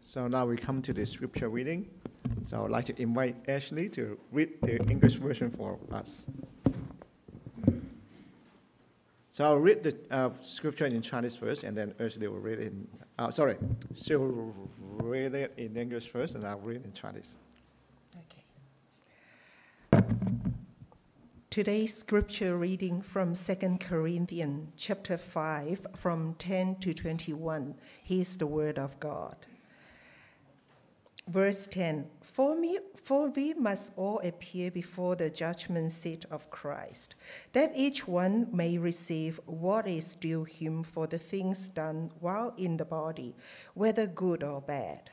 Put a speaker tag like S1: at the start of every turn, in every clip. S1: So now we come to the scripture reading. So I'd like to invite Ashley to read the English version for us. So I'll read the uh, scripture in Chinese first, and then Ashley will read it in. Uh, sorry, she will read it in English first, and I'll read in Chinese.
S2: Okay. Today's scripture reading from 2 Corinthians chapter 5 from 10 to 21. Here's the word of God. Verse 10 for, me, for we must all appear before the judgment seat of Christ, that each one may receive what is due him for the things done while in the body, whether good or bad.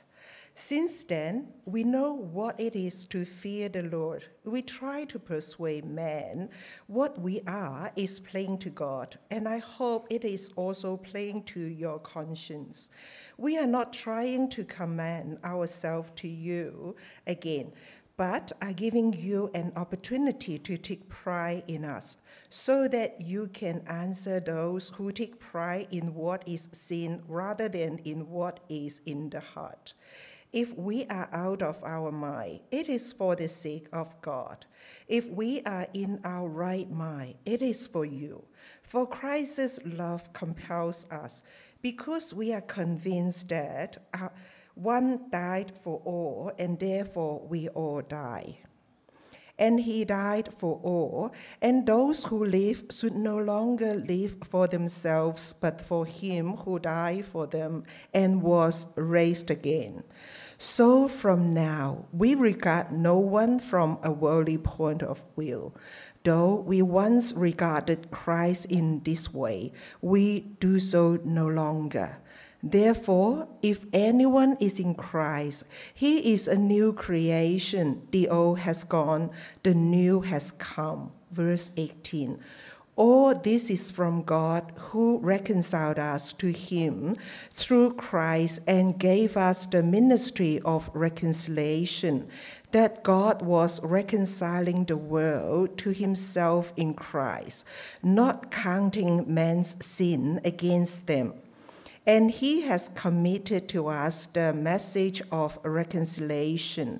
S2: Since then, we know what it is to fear the Lord. We try to persuade man. What we are is plain to God, and I hope it is also plain to your conscience. We are not trying to command ourselves to you again, but are giving you an opportunity to take pride in us, so that you can answer those who take pride in what is seen rather than in what is in the heart. If we are out of our mind, it is for the sake of God. If we are in our right mind, it is for you. For Christ's love compels us, because we are convinced that uh, one died for all, and therefore we all die. And he died for all, and those who live should no longer live for themselves, but for him who died for them and was raised again. So from now, we regard no one from a worldly point of view. Though we once regarded Christ in this way, we do so no longer. Therefore, if anyone is in Christ, he is a new creation. The old has gone, the new has come. Verse 18. All this is from God who reconciled us to Him through Christ and gave us the ministry of reconciliation, that God was reconciling the world to Himself in Christ, not counting man's sin against them. And He has committed to us the message of reconciliation.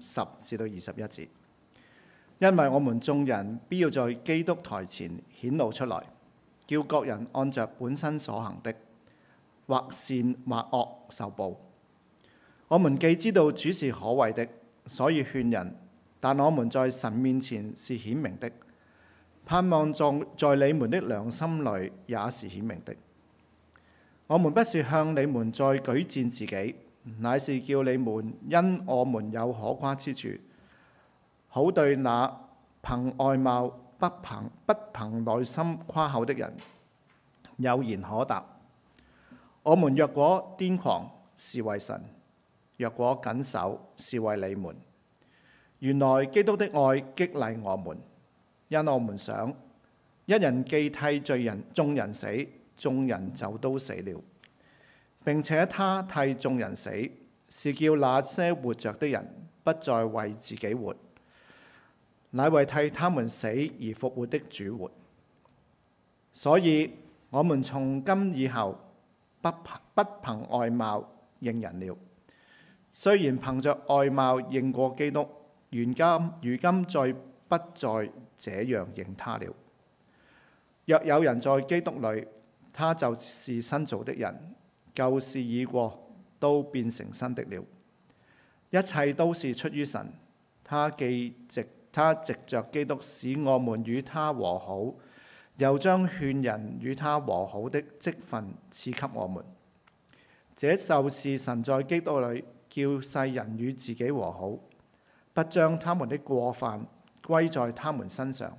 S1: 十至到二十一節，因為我們眾人必要在基督台前顯露出來，叫各人按着本身所行的，或善或惡受報。我們既知道主是可畏的，所以勸人；但我們在神面前是顯明的，盼望在在你們的良心裏也是顯明的。我們不是向你們再舉薦自己，乃是叫你們因我們有可誇之處，好對那憑外貌不憑不憑內心誇口的人有言可答。我們若果癲狂，是為神；若果謹守，是為你們。原來基督的愛激勵我們，因我們想，一人既替罪人眾人死，眾人就都死了。並且他替眾人死，是叫那些活着的人不再為自己活，乃為替他們死而復活的主活。所以，我們從今以後不憑不憑外貌認人了。雖然憑着外貌認過基督，如今如今再不再這樣認他了。若有人在基督裏，他就是新造的人。舊事已過，都變成新的了。一切都是出於神，他既藉他藉着基督使我們與他和好，又將勸人與他和好的職分賜給我們。這就是神在基督裏叫世人與自己和好，不將他們的過犯歸在他們身上，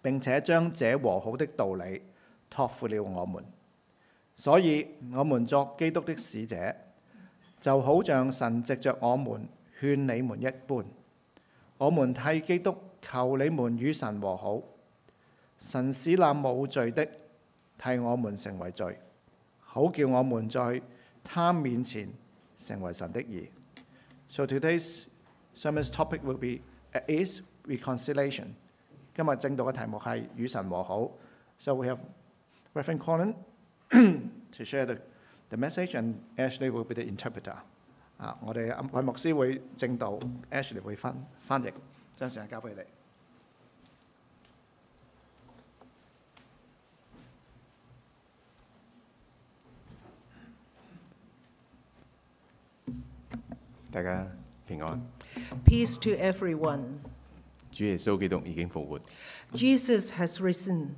S1: 並且將這和好的道理託付了我們。所以，我們作基督的使者，就好像神藉着我們勸你們一般。我們替基督求你們與神和好。神使那無罪的替我們成為罪，好叫我們在他面前成為神的義。So today's sermon's topic will be uh, is reconciliation。今日正道嘅題目係與神和好。So we have Reverend Colin to share the the message and Ashley will be the interpreter。啊，我哋阿牧師會正道，Ashley 會翻翻譯，將時間交俾你。
S3: 大家平安，
S2: Peace to everyone.
S3: 主耶穌基督已經復活，
S2: Jesus has risen.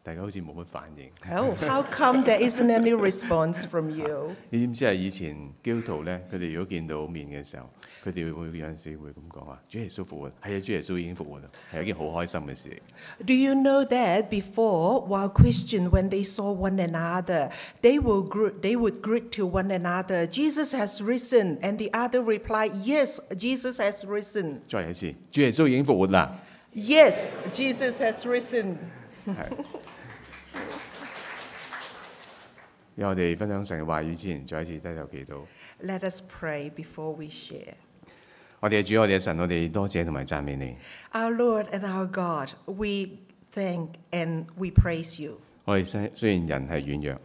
S3: 大家好似冇乜反應。
S2: Oh, how come there isn't any response from you?
S3: 你知唔知係以前基督徒咧，佢哋如果見到面嘅時候，佢哋會有陣時會咁講話：主耶穌復活，係啊，主耶穌已經復活啦，係一件好開心嘅事。
S2: Do you know that before, while Christian, when they saw one another, they will gr- they would greet to one another, Jesus has risen, and the other replied, Yes, Jesus has risen.
S3: 再嚟一次，主耶穌已經復活啦。
S2: Yes, Jesus has risen.
S3: 讓我哋分享神嘅話語之前，再一次低頭祈禱。
S2: Let us pray before we share.
S3: 我哋嘅主，我哋嘅神，我哋多謝同埋讚美你。
S2: Our Lord and our God, we thank and we praise you.
S3: 我哋雖雖然人係軟弱，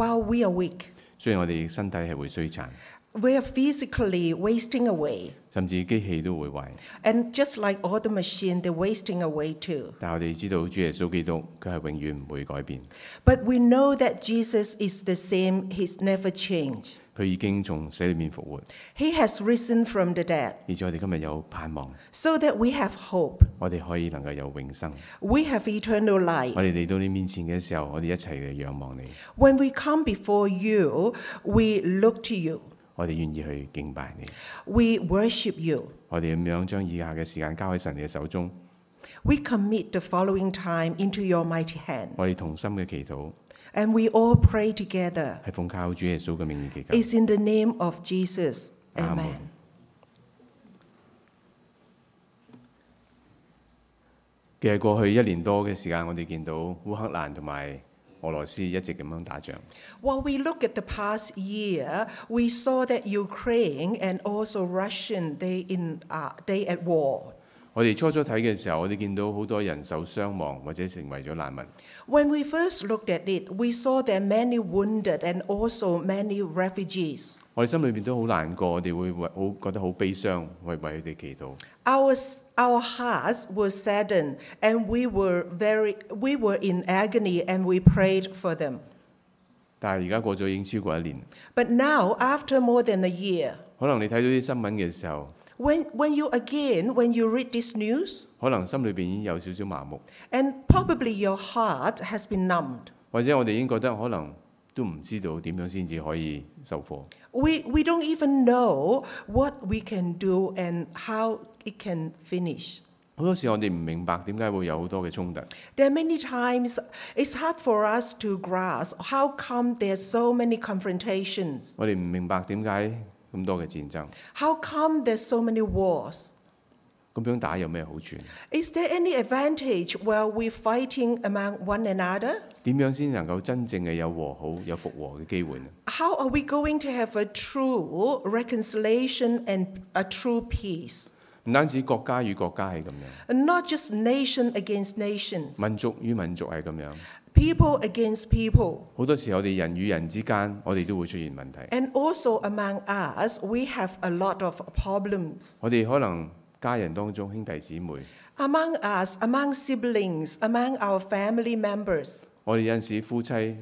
S2: While we are weak,
S3: 雖然我哋身體係會衰殘，
S2: we are physically wasting away.
S3: 甚至機器都會壞，
S2: And just like all the machine, they're wasting away too.
S3: 但我哋知道主耶穌基督佢係永遠唔會改變。
S2: But we know that Jesus is the same, He's never changed.
S3: 佢已經從死裏面復活，
S2: He has risen from the dead
S3: 而且我哋今日有盼望，
S2: so that we have hope.
S3: 我哋可以能夠有永生。
S2: We have eternal life.
S3: 我哋嚟到你面前嘅時候，我哋一齊嚟仰望你，
S2: When we come before you, we look to you,
S3: 我哋願意去敬拜你。
S2: we worship you.
S3: 我哋咁樣將以下嘅時間交喺神嘅手中，
S2: We commit the following time into your mighty hand.
S3: 我哋同心嘅祈禱，
S2: And we all pray together.
S3: 係奉靠主耶穌嘅名義祈求。
S2: It's in the name of Jesus. Amen.
S3: Amen. 其實過去一年多嘅時間，我哋見到烏克蘭同埋俄羅斯一直咁樣打仗，
S2: While we look at the past year, we saw that Ukraine and also Russian they in uh, they at war.
S3: 我哋初初睇嘅時候，我哋見到好多人受傷亡或者成為咗難民。
S2: When we first looked at it, we saw there are many wounded and also many refugees.
S3: 我哋心裏面都好難過，我哋會為好覺得好悲傷，為為佢哋祈禱。
S2: Our s- our hearts were saddened, and we were very we were in agony, and we prayed for them.
S3: 但係而家過咗已經超過一年，
S2: But now, after more than a year,
S3: 可能你睇到啲新聞嘅時候，
S2: when when you again when you read this news,
S3: 可能心裏邊已經有少少麻木，
S2: and probably your heart has been numbed.
S3: 或者我哋已經覺得可能都唔知道點樣先至可以收貨。
S2: We, we don't even know what we can do and how it can finish.
S3: 好多時我哋唔明白點解會有好多嘅衝突，
S2: There are many times it's hard for us to grasp how come there's so many confrontations,
S3: 我哋唔明白點解咁多嘅戰爭，
S2: how come there's so many wars.
S3: 咁樣打有咩好處？
S2: Is there any advantage while we're fighting among one another?
S3: 點樣先能夠真正嘅有和好、有復和嘅機會呢？
S2: How are we going to have a true reconciliation and a true peace?
S3: 唔單止國家與國家係咁樣，
S2: And not just nation against nations,
S3: 民族與民族係咁樣。
S2: people against people.
S3: 好多時我哋人與人之間，我哋都會出現問題。
S2: And also among us, we have a lot of problems.
S3: 我哋可能家人當中兄弟姊妹，
S2: Among us, among siblings, among our family members,
S3: 我哋有陣時夫妻、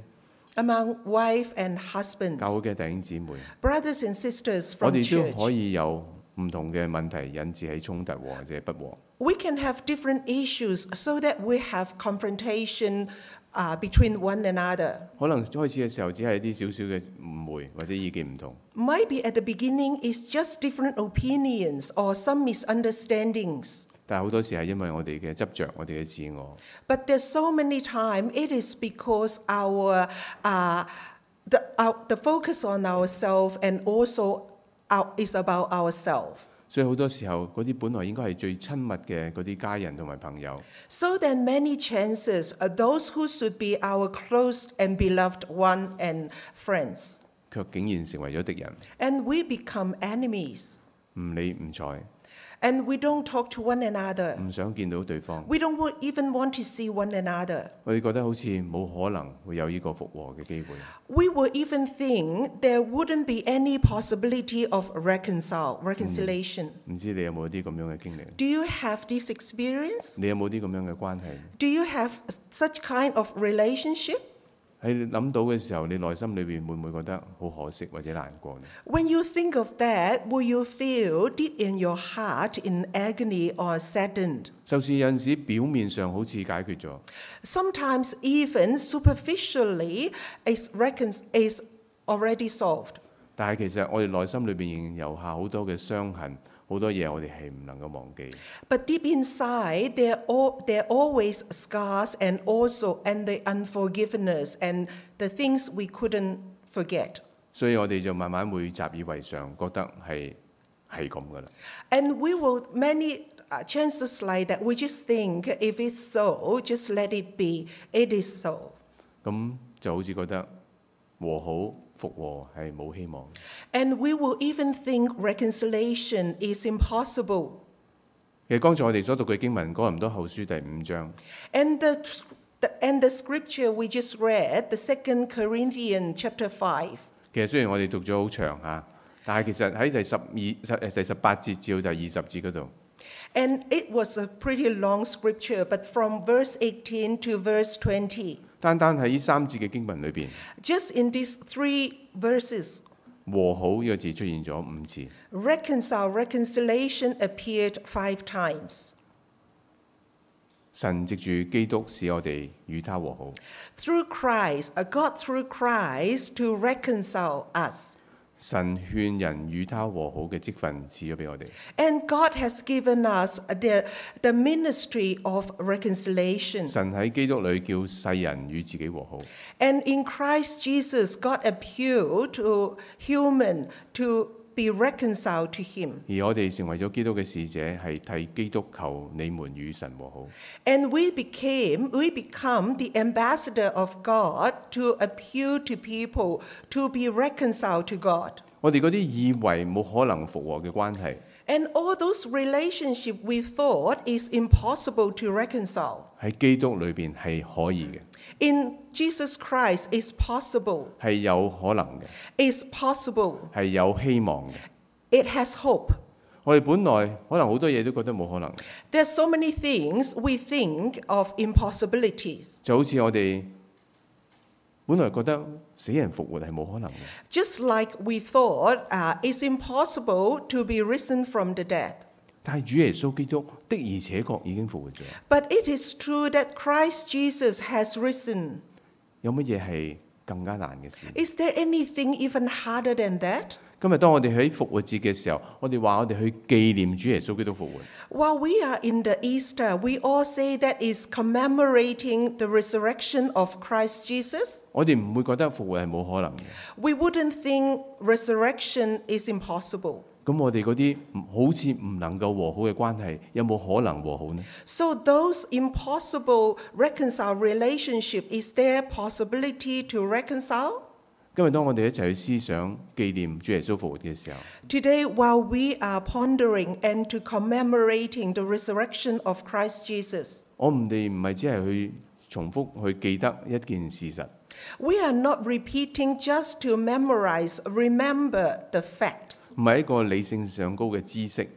S2: among wife and husbands,
S3: 教會嘅弟兄姊妹，
S2: brothers and sisters
S3: 我
S2: from
S3: 哋
S2: church.
S3: 都可以有唔同嘅問題引致起衝突或者不和。
S2: We can have different issues so that we have confrontation uh, between one another.
S3: 可能開始嘅時候只係一啲少少嘅誤會或者意見唔同，
S2: Maybe at the beginning, it's just different opinions or some misunderstandings.
S3: 但係好多時係因為我哋嘅執着，我哋嘅自我，
S2: But there's so many time it is because our uh, the, our, the focus on ourselves and also our, is about ourselves.
S3: 所以好多時候嗰啲本來應該係最親密嘅嗰啲家人同埋朋友，
S2: So then many chances are those who should be our close and beloved one and friends.
S3: 卻竟然成為咗敵人，
S2: And we become enemies.
S3: 唔理唔睬，
S2: And we don't talk to one another.
S3: 唔想見到對方。
S2: We don't wa- even want to see one another.
S3: 我哋覺得好似冇可能會有呢個復和嘅機會。
S2: We will even think there wouldn't be any possibility of reconcile reconciliation.
S3: 唔知你有冇啲咁樣嘅經歷？
S2: Do you have this experience?
S3: 你有冇啲咁樣嘅關係？
S2: Do you have such kind of relationship?
S3: 喺你諗到嘅時候，你內心裏邊會唔會覺得好可惜或者難過呢？
S2: When you think of that, will you feel deep in your heart in agony or saddened?
S3: 就算有陣時表面上好似解決咗，
S2: Sometimes even superficially is recon- is already solved.
S3: 但係其實我哋內心裏邊仍然留下好多嘅傷痕，好多嘢我哋係唔能夠忘記。
S2: But deep inside, there are, there are always scars and also and the unforgiveness and the things we couldn't forget.
S3: 所以我哋就慢慢會習以為常，覺得係係咁噶啦。
S2: And we will many uh, chances like that. We just think if it's so, just let it be. It is so.
S3: 咁就好似覺得和好復和係冇希望。
S2: And we will even think reconciliation is impossible.
S3: 其實剛才我哋所讀嘅經文《哥林多後書》第五章，
S2: And the, the and the scripture we just read, the second Corinthians chapter five.
S3: 其實雖然我哋讀咗好長嚇，但係其實喺第十二十誒第十八節至到第二十節嗰度，
S2: And it was a pretty long scripture, but from verse 18 to verse 20,
S3: 單單喺呢三節嘅經文裏邊，
S2: just in these three verses,
S3: 和好呢個字出現咗五次，
S2: reconcile, reconciliation appeared five times.
S3: 神藉住基督使我哋與他和好。
S2: Through Christ, uh, God through Christ to reconcile us.
S3: 神勸人與他和好嘅職分賜咗俾我哋，
S2: And God has given us the, the ministry of reconciliation.
S3: 神喺基督裏叫世人與自己和好。
S2: And in Christ Jesus, God appealed to human to be reconciled to him.
S3: 而我哋成為咗基督嘅使者，係替基督求你們與神和好。
S2: And we became, we become the ambassador of God to appeal to people to be reconciled to God.
S3: 我哋嗰啲以為冇可能復和嘅關係，
S2: And all those relationship we thought is impossible to reconcile.
S3: 喺基督裏邊係可以嘅，
S2: In Jesus Christ is possible.
S3: 係有可能嘅，
S2: Is possible.
S3: 係有希望嘅。
S2: It has hope.
S3: 我哋本來可能好多嘢都覺得冇可能，
S2: There are so many things we think of impossibilities.
S3: 就好似我哋本來覺得死人復活係冇可能嘅，
S2: Just like we thought uh, it's impossible to be risen from the dead.
S3: 但係主耶穌基督的而且確已經復活咗。
S2: But it is true that Christ Jesus has risen.
S3: 有乜嘢係更加難嘅事？
S2: Is there anything even harder than that?
S3: 今日當我哋喺復活節嘅時候，我哋話我哋去紀念主耶穌基督復活。
S2: While we are in the Easter, we all say that is commemorating the resurrection of Christ Jesus.
S3: 我哋唔會覺得復活係冇可能嘅。
S2: We wouldn't think resurrection is impossible.
S3: 咁我哋嗰啲唔好似唔能夠和好嘅關係，有冇可能和好呢？
S2: So those impossible reconcile relationship, is there possibility to reconcile?
S3: 今日當我哋一齊去思想紀念主耶穌復活嘅時候，
S2: Today, while we are pondering and to commemorating the resurrection of Christ Jesus,
S3: 我唔哋唔係只係去重複去記得一件事實，
S2: We are not repeating just to memorize, remember the facts.
S3: 唔係一個理性上高嘅知識。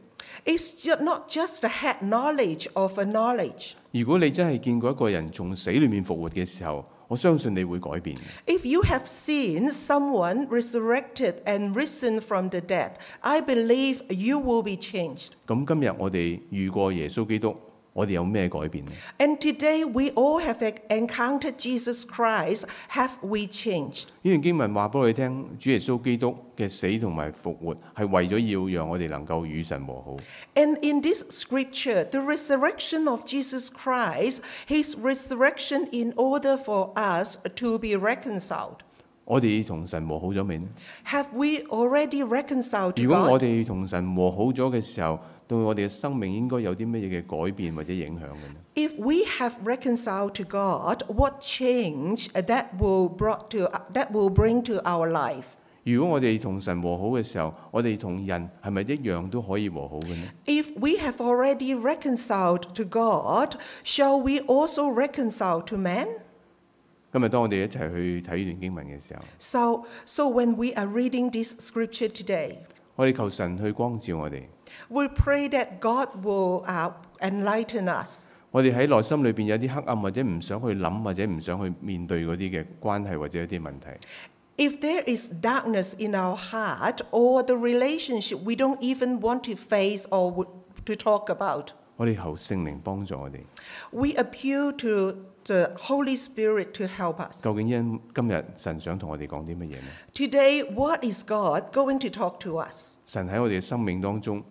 S2: It's ju- not just a head knowledge of a knowledge.
S3: 如果你真係見過一個人從死裏面復活嘅時候，我相信你會改變。
S2: If you have seen someone resurrected and risen from the dead, I believe you will be changed.
S3: 咁今日我哋遇過耶穌基督，我哋有咩改變呢？
S2: And today we all have e- encountered Jesus Christ. Have we changed?
S3: 呢段經文話俾我哋聽，主耶穌基督嘅死同埋復活係為咗要讓我哋能夠與神和好。
S2: And in this scripture, the resurrection of Jesus Christ, his resurrection in order for us to be reconciled.
S3: 我哋同神和好咗未呢？
S2: Have we already reconciled to
S3: 如果我
S2: God?
S3: 哋同神和好咗嘅時候，對我哋嘅生命應該有啲乜嘢嘅改變或者影響嘅呢？
S2: If we have reconciled to God, what change that will brought to that will bring to our life?
S3: 如果我哋同神和好嘅時候，我哋同人係咪一樣都可以和好嘅呢？
S2: If we have already reconciled to God, shall we also reconcile to man?
S3: 今日當我哋一齊去睇呢段經文嘅時候，
S2: So, so when we are reading this scripture today,
S3: 我哋求神去光照我哋，
S2: we pray that God will uh, enlighten us.
S3: 我哋喺內心裏邊有啲黑暗或者唔想去諗或者唔想去面對嗰啲嘅關係或者一啲問題。
S2: If there is darkness in our heart or the relationship we don't even want to face or would- to talk about,
S3: 我哋求聖靈幫助我哋。
S2: we appeal to the Holy Spirit to help us.
S3: 究竟因今日神想同我哋講啲乜嘢呢？
S2: Today, what is God going to talk to us?
S3: 神喺我哋嘅生命當中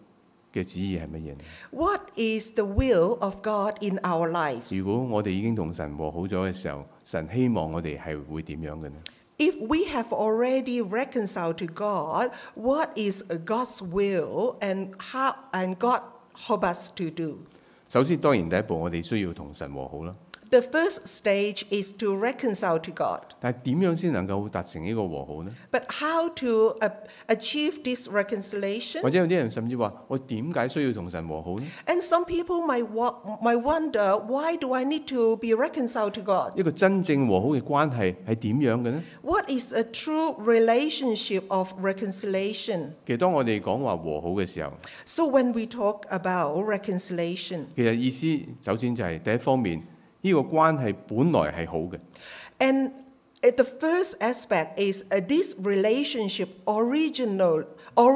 S3: 嘅旨意係乜嘢呢？
S2: What is the will of God in our lives?
S3: 如果我哋已經同神和好咗嘅時候，神希望我哋係會點樣嘅呢？
S2: If we have already reconciled to God, what is God's will and how and God help us to do?
S3: 首先，當然第一步，我哋需要同神和好啦。
S2: The first stage is to reconcile to God.
S3: 但係點樣先能夠達成呢個和好呢？
S2: But how to uh, achieve this reconciliation?
S3: 或者有啲人甚至話：我點解需要同神和好呢？
S2: And some people might, wa- might wonder, why do I need to be reconciled to God?
S3: 一個真正和好嘅關係係點樣嘅呢？
S2: What is a true relationship of reconciliation?
S3: 其實當我哋講話和好嘅時候，
S2: So when we talk about reconciliation,
S3: 其實意思首先就係第一方面，呢、個關係本來係好嘅，
S2: And uh, the first aspect is uh, this relationship original,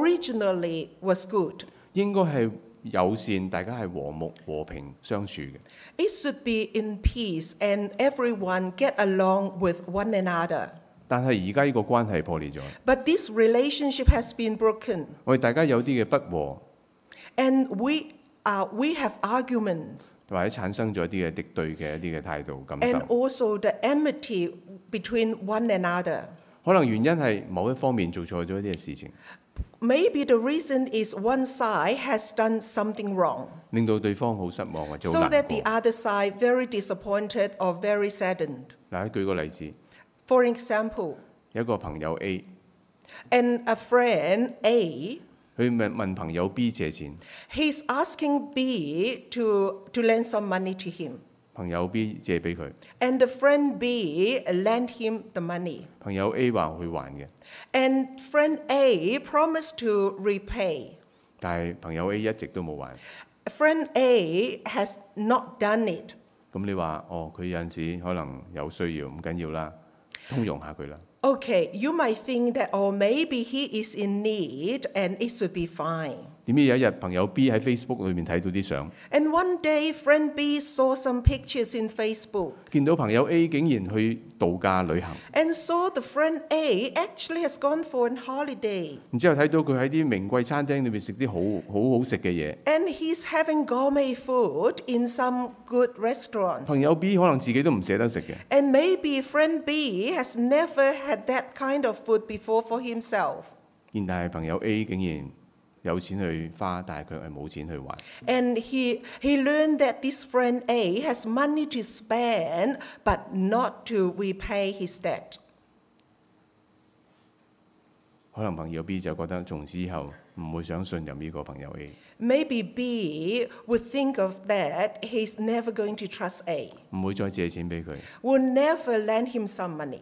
S2: originally was good.
S3: 應該係友善，大家係和睦和平相處嘅。
S2: It should be in peace and everyone get along with one another.
S3: 但係而家呢個關係破裂咗，
S2: But this relationship has been broken
S3: 我哋大家有啲嘅不和，
S2: and we, uh, we have arguments
S3: 或者產生咗一啲嘅敵對嘅一啲嘅態度感
S2: and
S3: 受。
S2: also the enmity between one another.
S3: 可能原因係某一方面做錯咗一啲嘅事情，
S2: Maybe the reason is one side has done something wrong.
S3: 令到對方好失望或者好
S2: so
S3: 難
S2: that the
S3: 過。
S2: other side very disappointed or very saddened.
S3: 嗱，舉個例子，
S2: For example,
S3: 有一個朋友 A，
S2: and a friend A,
S3: 佢問問朋友 B 借錢，
S2: he's asking B to, to lend some money to him.
S3: 朋友 B 借俾佢，
S2: And the friend B lent him the money.
S3: 朋友 A 話會還嘅，
S2: And friend A promised to repay.
S3: 但係朋友 A 一直都冇還。
S2: Friend A has not done it.
S3: 咁你話哦，佢有陣時可能有需要，唔緊要啦，通融下佢啦。
S2: Okay, you might think that, or maybe he is in need and it should be fine.
S3: 點知有一日朋友 B 喺 Facebook 裏面睇到啲相，
S2: And one day, friend B saw some pictures in Facebook
S3: 見到朋友 A 竟然去度假旅行，
S2: and saw the friend A actually has gone for an holiday
S3: 然之後睇到佢喺啲名貴餐廳裏面食啲好好好食嘅嘢。
S2: and he's having gourmet food in some good restaurants.
S3: 朋友 B 可能自己都唔捨得食嘅，
S2: And maybe friend B has never had that kind of food before for himself.
S3: 然但係朋友 A 竟然有錢去花，但係佢係冇錢去還。
S2: And he, he learned that this friend A has money to spend but not to repay his debt.
S3: 可能朋友 B 就覺得從此以後唔會想信任呢個朋友 A，
S2: Maybe B would think of that he's never going to trust A.
S3: 唔會再借錢俾佢，
S2: will never lend him some money.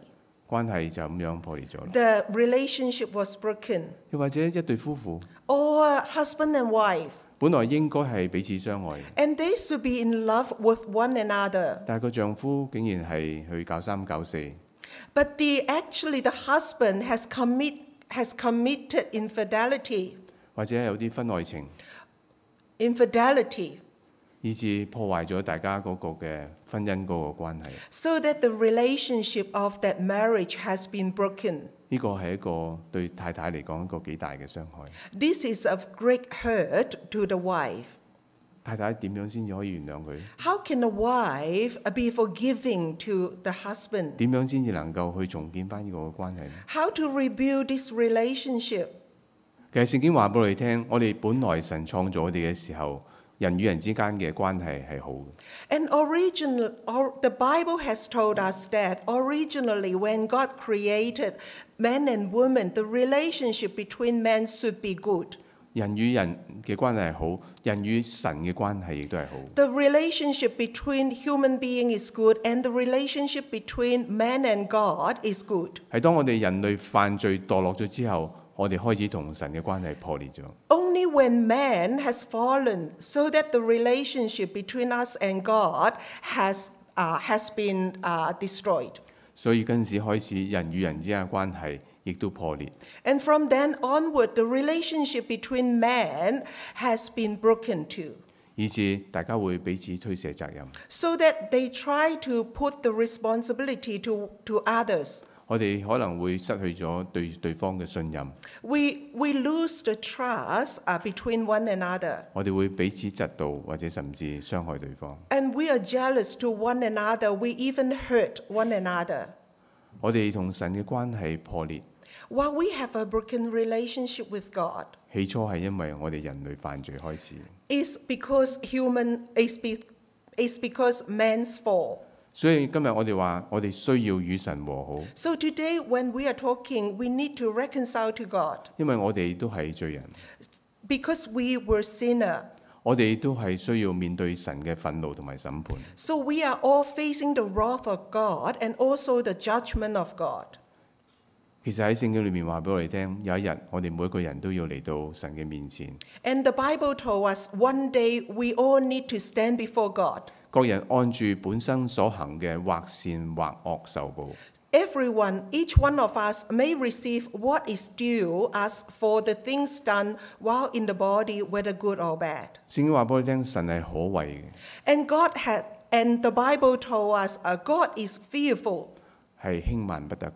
S3: 關係就咁樣破裂咗啦。
S2: The relationship was broken.
S3: 又或者一對夫婦，
S2: Or husband and wife,
S3: 本來應該係彼此相愛嘅，
S2: and they should be in love with one another.
S3: 但係個丈夫竟然係去搞三搞四，
S2: But the actually the husband has commit has committed infidelity,
S3: 或者有啲婚外情，
S2: infidelity,
S3: 以致破壞咗大家嗰個嘅婚姻嗰個關係。
S2: so that the relationship of that marriage has been broken.
S3: 呢個係一個對太太嚟講一個幾大嘅傷害。
S2: This is of great hurt to the wife.
S3: 太太點樣先至可以原諒佢？
S2: How can a wife be forgiving to the husband?
S3: 點樣先至能夠去重建翻呢個關係呢？
S2: How to rebuild this relationship?
S3: 其實聖經話俾我哋聽，我哋本來神創造我哋嘅時候，人與人之間嘅關係係好嘅。
S2: And original, or, the Bible has told us that originally, when God created man and woman, the relationship between men should be good.
S3: 人與人嘅關係係好，人與神嘅關係亦都係好。
S2: The relationship between human being is good, and the relationship between man and God is good.
S3: 係當我哋人類犯罪墮落咗之後，我哋開始同神嘅關係破裂咗。
S2: Only when man has fallen, so that the relationship between us and God has, uh, has been uh, destroyed.
S3: 所以嗰陣時開始，人與人之間嘅關係亦都破裂。
S2: And from then onward, the relationship between man has been broken too,
S3: 以致大家會彼此推卸責任。
S2: so that they try to put the responsibility to, to others.
S3: 我哋可能會失去咗對對方嘅信任，
S2: We, we lose the trust uh, between one another,
S3: 我哋會彼此窒道或者甚至傷害對方。
S2: and we are jealous to one another. We even hurt one another.
S3: 我哋同神嘅關係破裂，
S2: While we have a broken relationship with God,
S3: 起初係因為我哋人類犯罪開始，
S2: it's because human it's, be, it's because man's fall.
S3: 所以今日我哋話我哋需要與神和好，
S2: So today, when we are talking, we need to reconcile to God.
S3: 因為我哋都係罪人，
S2: because we were sinner.
S3: 我哋都係需要面對神嘅憤怒同埋審判。
S2: So we are all facing the wrath of God and also the judgment of God.
S3: 其實喺聖經裏面話俾我哋聽，有一日我哋每個人都要嚟到神嘅面前，
S2: And the Bible told us one day we all need to stand before God.
S3: 各人按住本身所行嘅或善或惡受報。
S2: Everyone, each one of us, may receive what is due us for the things done while in the body, whether good or bad.
S3: 聖經話俾我哋聽，神係可畏嘅，
S2: And God had, and the Bible told us, uh, God is fearful.
S3: 係輕慢不得嘅。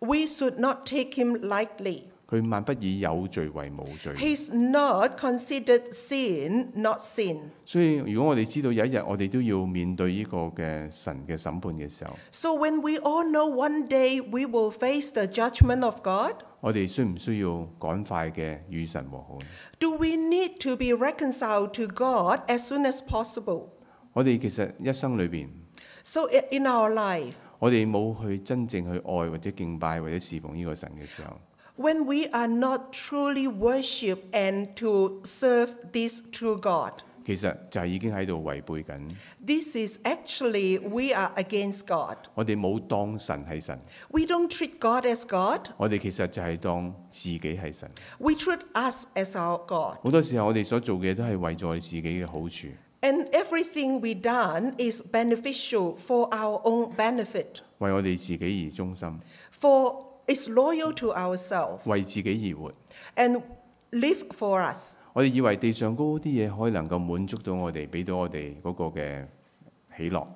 S2: We should not take Him lightly.
S3: 佢萬不以有罪為無罪。
S2: He's not considered sin, not sin.
S3: 所以如果我哋知道有一日我哋都要面對呢個嘅神嘅審判嘅時候，
S2: So when we all know one day we will face the judgment of God,
S3: 我哋需唔需要趕快嘅與神和好呢？
S2: do we need to be reconciled to God as soon as possible?
S3: 我哋其實一生裏邊，
S2: So i- in our life,
S3: 我哋冇去真正去愛或者敬拜或者侍奉呢個神嘅時候，
S2: when we are not truly worship and to serve this true God,
S3: 其實就係已經喺度違背緊。
S2: this is actually we are against God.
S3: 我哋冇當神係神，
S2: We don't treat God as God.
S3: 我哋其實就係當自己係神。
S2: We treat us as our God.
S3: 好多時候我哋所做嘅都係為咗我哋自己嘅好處，
S2: And everything we done is beneficial for our own benefit.
S3: 為我哋自己而忠心，
S2: for is loyal to ourselves
S3: 為自己而活。
S2: and live for us.
S3: 我哋以為地上高啲嘢可以能夠滿足到我哋，俾到我哋嗰個嘅喜樂。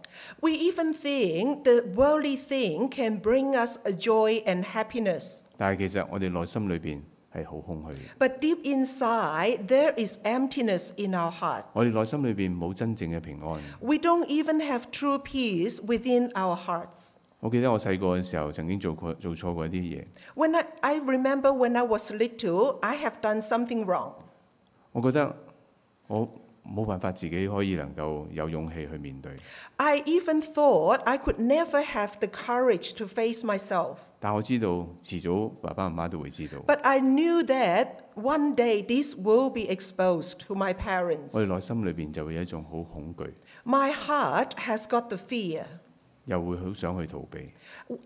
S2: We even think the worldly thing can bring us a joy and happiness.
S3: 但係其實我哋內心裏邊係好空虛嘅，
S2: But deep inside, there is emptiness in our hearts.
S3: 我哋內心裏邊冇真正嘅平安。
S2: We don't even have true peace within our hearts.
S3: 我記得我細個嘅時候曾經做過做錯過一啲嘢，
S2: When I, I remember when I was little, I have done something wrong.
S3: 我覺得我冇辦法自己可以能夠有勇氣去面對，
S2: I even thought I could never have the courage to face myself.
S3: 但我知道遲早爸爸媽媽都會知道。
S2: But I knew that one day this will be exposed to my parents.
S3: 我哋內心裏邊就會有一種好恐懼，
S2: My heart has got the fear.
S3: 又會好想去逃避，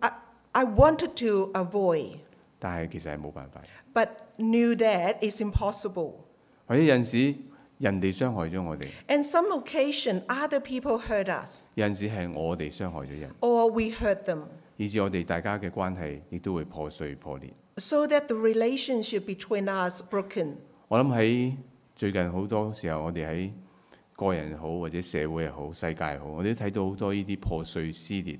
S2: I, I wanted to avoid,
S3: 但係其實係冇辦法。
S2: but knew that it's impossible.
S3: 或者有陣時人哋傷害咗我哋，
S2: And some occasion, other people hurt us,
S3: 有陣時係我哋傷害咗人，
S2: or we hurt them,
S3: 以致我哋大家嘅關係亦都會破碎破裂。
S2: so that the relationship between us broken.
S3: 我諗喺最近好多時候，我哋喺個人好，或者社會又好，世界又好，我哋都睇到好多呢啲破碎撕裂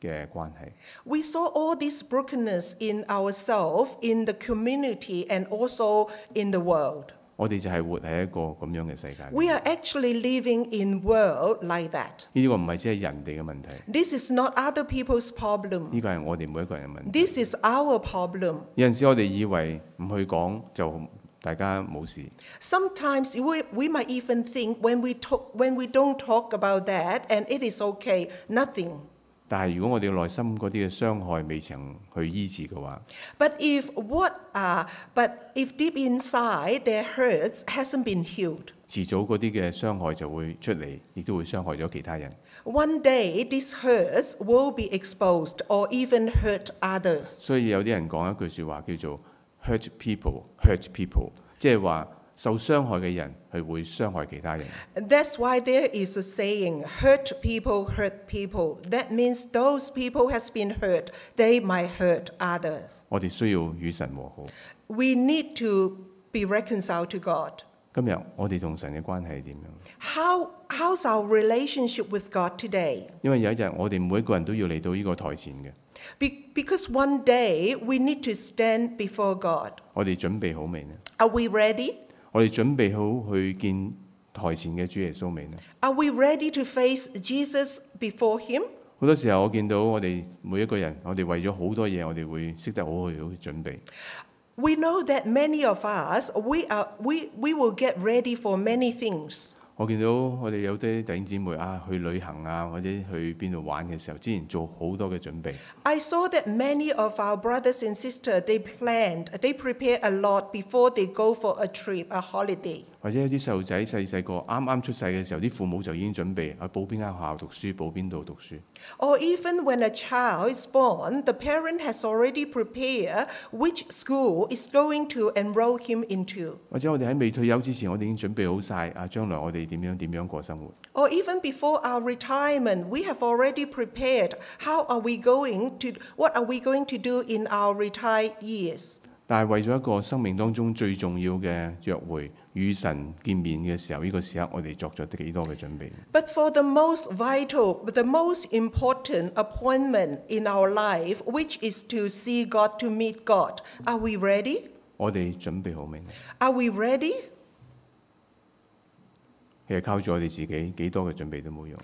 S3: 嘅關係。
S2: We saw all this brokenness in ourselves, in the community, and also in the world.
S3: 我哋就係活喺一個咁樣嘅世界裏面。
S2: We are actually living in world like that.
S3: 呢個唔係只係人哋嘅問題，
S2: This is not other people's problem.
S3: 呢個係我哋每一個人嘅問題。
S2: This is our problem.
S3: 有陣時我哋以為唔去講就大家冇事，
S2: Sometimes we, we might even think when we, talk, when we don't talk about that and it is okay, nothing.
S3: 但係如果我哋內心嗰啲嘅傷害未曾去醫治嘅話，
S2: But if what uh, but if deep inside their hurts hasn't been healed,
S3: 遲早嗰啲嘅傷害就會出嚟，亦都會傷害咗其他人。
S2: one day these hurts will be exposed or even hurt others.
S3: 所以有啲人講一句説話叫做 hurt people hurt people，即係話受傷害嘅人係會傷害其他人。
S2: That's why there is a saying, hurt people hurt people. That means those people has been hurt, they might hurt others.
S3: 我哋需要與神和好。
S2: We need to be reconciled to God.
S3: 今日我哋同神嘅關係係點樣？
S2: How how's our relationship with God today?
S3: 因為有一日我哋每一個人都要嚟到呢個台前嘅，
S2: Be- because one day we need to stand before God.
S3: 我哋準備好未呢？
S2: Are we ready?
S3: 我哋準備好去見台前嘅主耶穌未呢？
S2: Are we ready to face Jesus before Him?
S3: 好多時候我見到我哋每一個人，我哋為咗好多嘢，我哋會識得好好去準備。
S2: We know that many of us we are we, we will get ready for many things.
S3: 我見到我哋有啲弟兄姊妹啊，去旅行啊，或者去邊度玩嘅時候，之前做好多嘅準備。
S2: I saw that many of our brothers and sisters they planned, they prepare a lot before they go for a trip, a holiday.
S3: 或者有啲細路仔細細個啱啱出世嘅時候，啲父母就已經準備啊，報邊間學校讀書，報邊度讀書。
S2: Or even when a child is born, the parent has already prepared which school is going to enroll him into.
S3: 或者我哋喺未退休之前，我哋已經準備好晒啊，將來我哋點樣點樣過生活。
S2: Or even before our retirement, we have already prepared how are we going to what are we going to do in our retired years.
S3: 但係為咗一個生命當中最重要嘅約會，與神見面嘅時候，呢、個時刻我哋作咗幾多嘅準備？
S2: But for the most vital, the most important appointment in our life, which is to see God, to meet God, are we ready?
S3: 我哋準備好未呢？
S2: Are we ready?
S3: 其實靠住我哋自己，幾多嘅準備都冇用。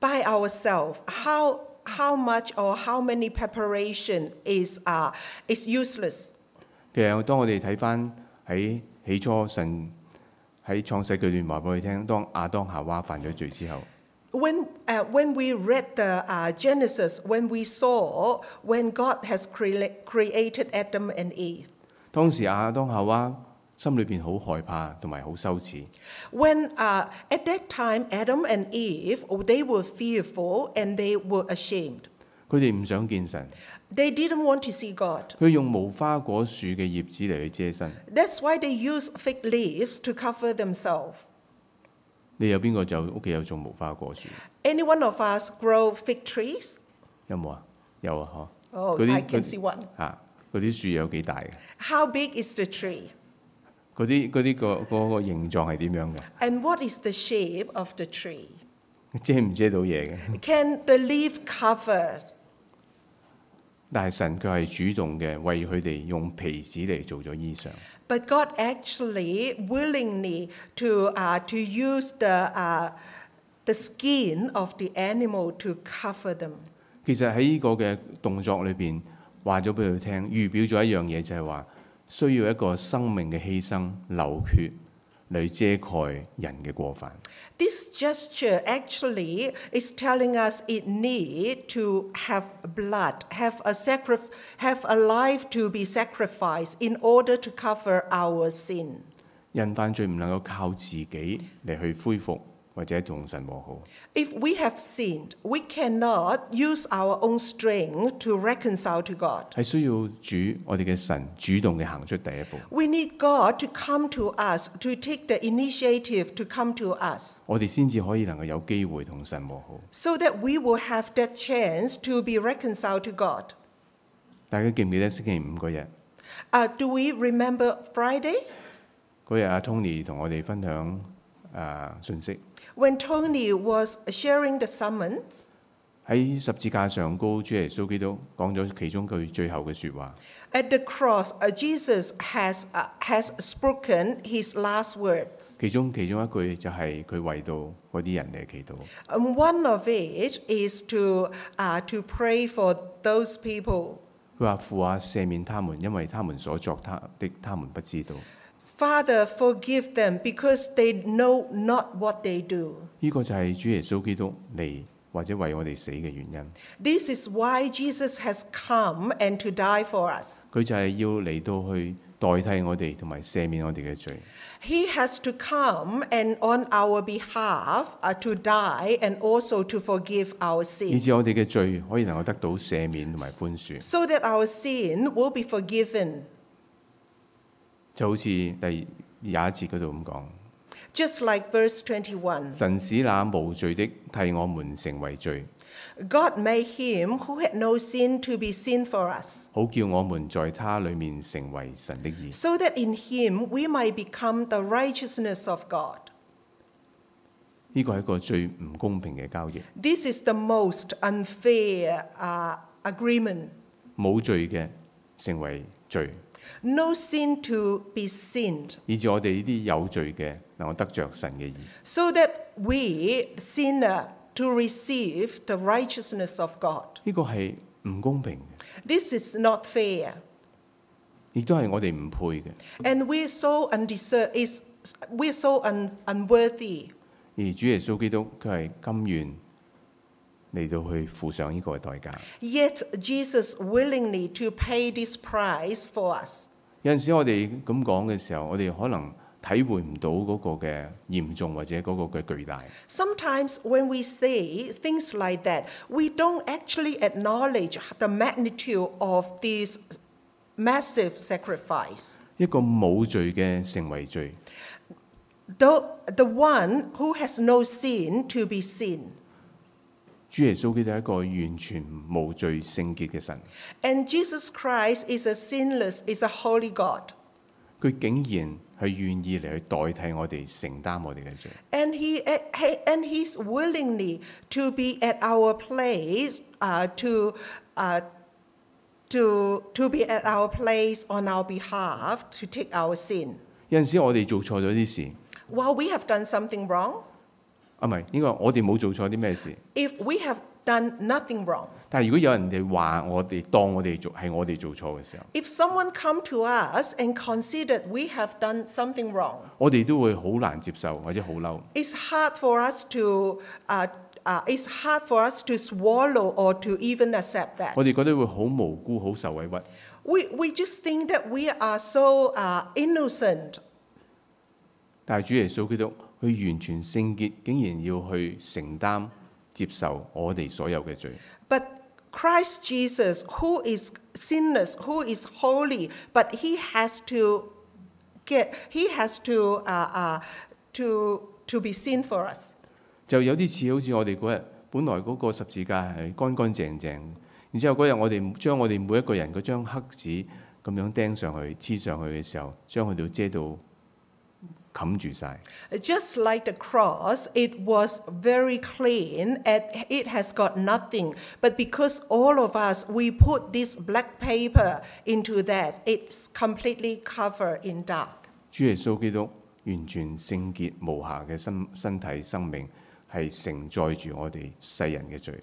S2: By ourselves, how how much or how many preparation is uh, is useless.
S3: 其實當我哋睇翻喺起初神喺創世記段話俾我哋聽，當亞當夏娃犯咗罪之後，
S2: When, uh, when we read the uh, Genesis, when we saw when God has cre- created Adam and Eve,
S3: 當時亞當夏娃心裏邊好害怕同埋好羞恥，
S2: when uh, at that time Adam and Eve oh, they were fearful and they were ashamed.
S3: 佢哋唔想見神，
S2: They didn't want to see God.
S3: 佢用無花果樹嘅葉子嚟去遮身。
S2: That's why they used fig leaves to cover themselves.
S3: 你有邊個就屋企有種無花果樹？
S2: Any one of us grow fig trees?
S3: 有冇啊？有啊，嗬。
S2: Oh,
S3: 嗰
S2: I
S3: 啲
S2: can
S3: 嗰
S2: see one.
S3: 啊，嗰啲樹有幾大嘅？
S2: How big is the tree?
S3: 嗰啲嗰啲個嗰個形狀係點樣嘅？
S2: And what is the shape of the tree?
S3: 遮唔遮到嘢嘅？
S2: Can the leaf cover
S3: 但係神佢係主動嘅，為佢哋用皮子嚟做咗衣裳。
S2: But God actually willingly to, uh, to use the, uh, the skin of the animal to cover them.
S3: 其實喺呢個嘅動作裏邊，話咗俾佢聽，預表咗一樣嘢，就係話需要一個生命嘅犧牲流血嚟遮蓋人嘅過犯。
S2: This gesture actually is telling us it need to have blood, have a, sacri- have a life to be sacrificed in order to cover our sins.
S3: 人犯罪唔能夠靠自己嚟去恢復或者同神和好。
S2: If we have sinned, we cannot use our own strength to reconcile to God.
S3: 係需要主我哋嘅神主動嘅行出第一步。
S2: We need God to come to us, to take the initiative to come to us,
S3: 我哋先至可以能夠有機會同神和好。
S2: so that we will have that chance to be reconciled to God.
S3: 大家記唔記得星期五嗰日？
S2: Uh, do we remember Friday
S3: 嗰日阿 Tony 同我哋分享誒、呃、信息，
S2: when Tony was sharing the summons?
S3: 喺十字架上高，主耶穌基督講咗其中句最後嘅説話。
S2: At the cross, uh, Jesus has, uh, has spoken his last words.
S3: 其中其中一句就係佢為到嗰啲人嚟祈禱。
S2: And Um, one of it is to, uh, to pray for those people.
S3: 佢話：父啊，赦免他們，因為他們所作他的，他們不知道。
S2: Father, forgive them because they know not what they do.
S3: 呢、個就係主耶穌基督嚟或者為我哋死嘅原因。
S2: This is why Jesus has come and to die for us.
S3: 佢就係要嚟到去代替我哋同埋赦免我哋嘅罪。
S2: He has to come and on our behalf uh, to die and also to forgive our
S3: 以
S2: sins
S3: 致我哋嘅罪可以能夠得到赦免同埋寬恕，
S2: so that our sin will be forgiven.
S3: 就好似第廿一節嗰度咁講：
S2: Just like verse 21
S3: 神使那無罪的替我們成為罪，
S2: God made him who had no sin to be sin for us,
S3: 好叫我們在他裡面成為神的義。
S2: so that in him we might become the righteousness of God.
S3: 呢個係一個最唔公平嘅交易，
S2: This is the most unfair uh, agreement.
S3: 冇罪嘅成為罪，
S2: No sin to be sinned,
S3: 以致我哋呢啲有罪嘅能夠得着神嘅義。
S2: so that we, sinner, to receive the righteousness of God.
S3: 呢個係唔公平嘅，
S2: This is not fair,
S3: 亦都係我哋唔配嘅。
S2: and we're so undeserved. Is we're so un- unworthy.
S3: 而主耶穌基督佢係甘願嚟到去付上呢個代價。
S2: Yet Jesus willingly to pay this price for us.
S3: 有陣時我哋咁講嘅時候，我哋可能體會唔到嗰個嘅嚴重或者嗰個嘅巨大。
S2: Sometimes when we say things like that, we don't actually acknowledge the magnitude of this massive sacrifice.
S3: 一個冇罪嘅成為罪，
S2: Though the one who has no sin to be sin,
S3: 主耶穌基督係一個完全無罪聖潔嘅神，
S2: and Jesus Christ is a sinless, is a holy God,
S3: 佢竟然係願意嚟去代替我哋承擔我哋嘅罪。
S2: and he and he's willingly to be at our place, uh, to. Uh, to, to be at our place on our behalf to take our sin.
S3: 有陣時我哋做錯咗啲事，
S2: While we have done something wrong,
S3: 啊唔係應該話我哋冇做錯啲咩事，
S2: if we have done nothing wrong,
S3: 但係如果有人哋話我哋當我哋做係我哋做錯嘅時候，
S2: if someone come to us and consider we have done something wrong,
S3: 我哋都會好難接受或者好嬲。
S2: it's hard for us to uh, uh, it's hard for us to swallow or to even accept that.
S3: 我哋覺得會好無辜、好受委屈。
S2: We, we just think that we are so uh, innocent,
S3: 但係主耶穌基督，佢完全聖潔，竟然要去承擔、接受我哋所有嘅罪。
S2: but Christ Jesus, who is sinless, who is holy, but he has to get he has to uh, uh, to to be sin for us.
S3: 就有啲似好似我哋嗰日，本來嗰個十字架係乾乾淨淨，然之後嗰日我哋將我哋每一個人嗰張黑紙咁樣釘上去、黐上去嘅時候，將佢哋遮到冚住晒。
S2: Just like the cross, it was very clean and it has got nothing. But because all of us, we put this black paper into that, it's completely covered in dark.
S3: 主耶穌基督完全聖潔無瑕嘅身身體生命，係承載住我哋世人嘅罪。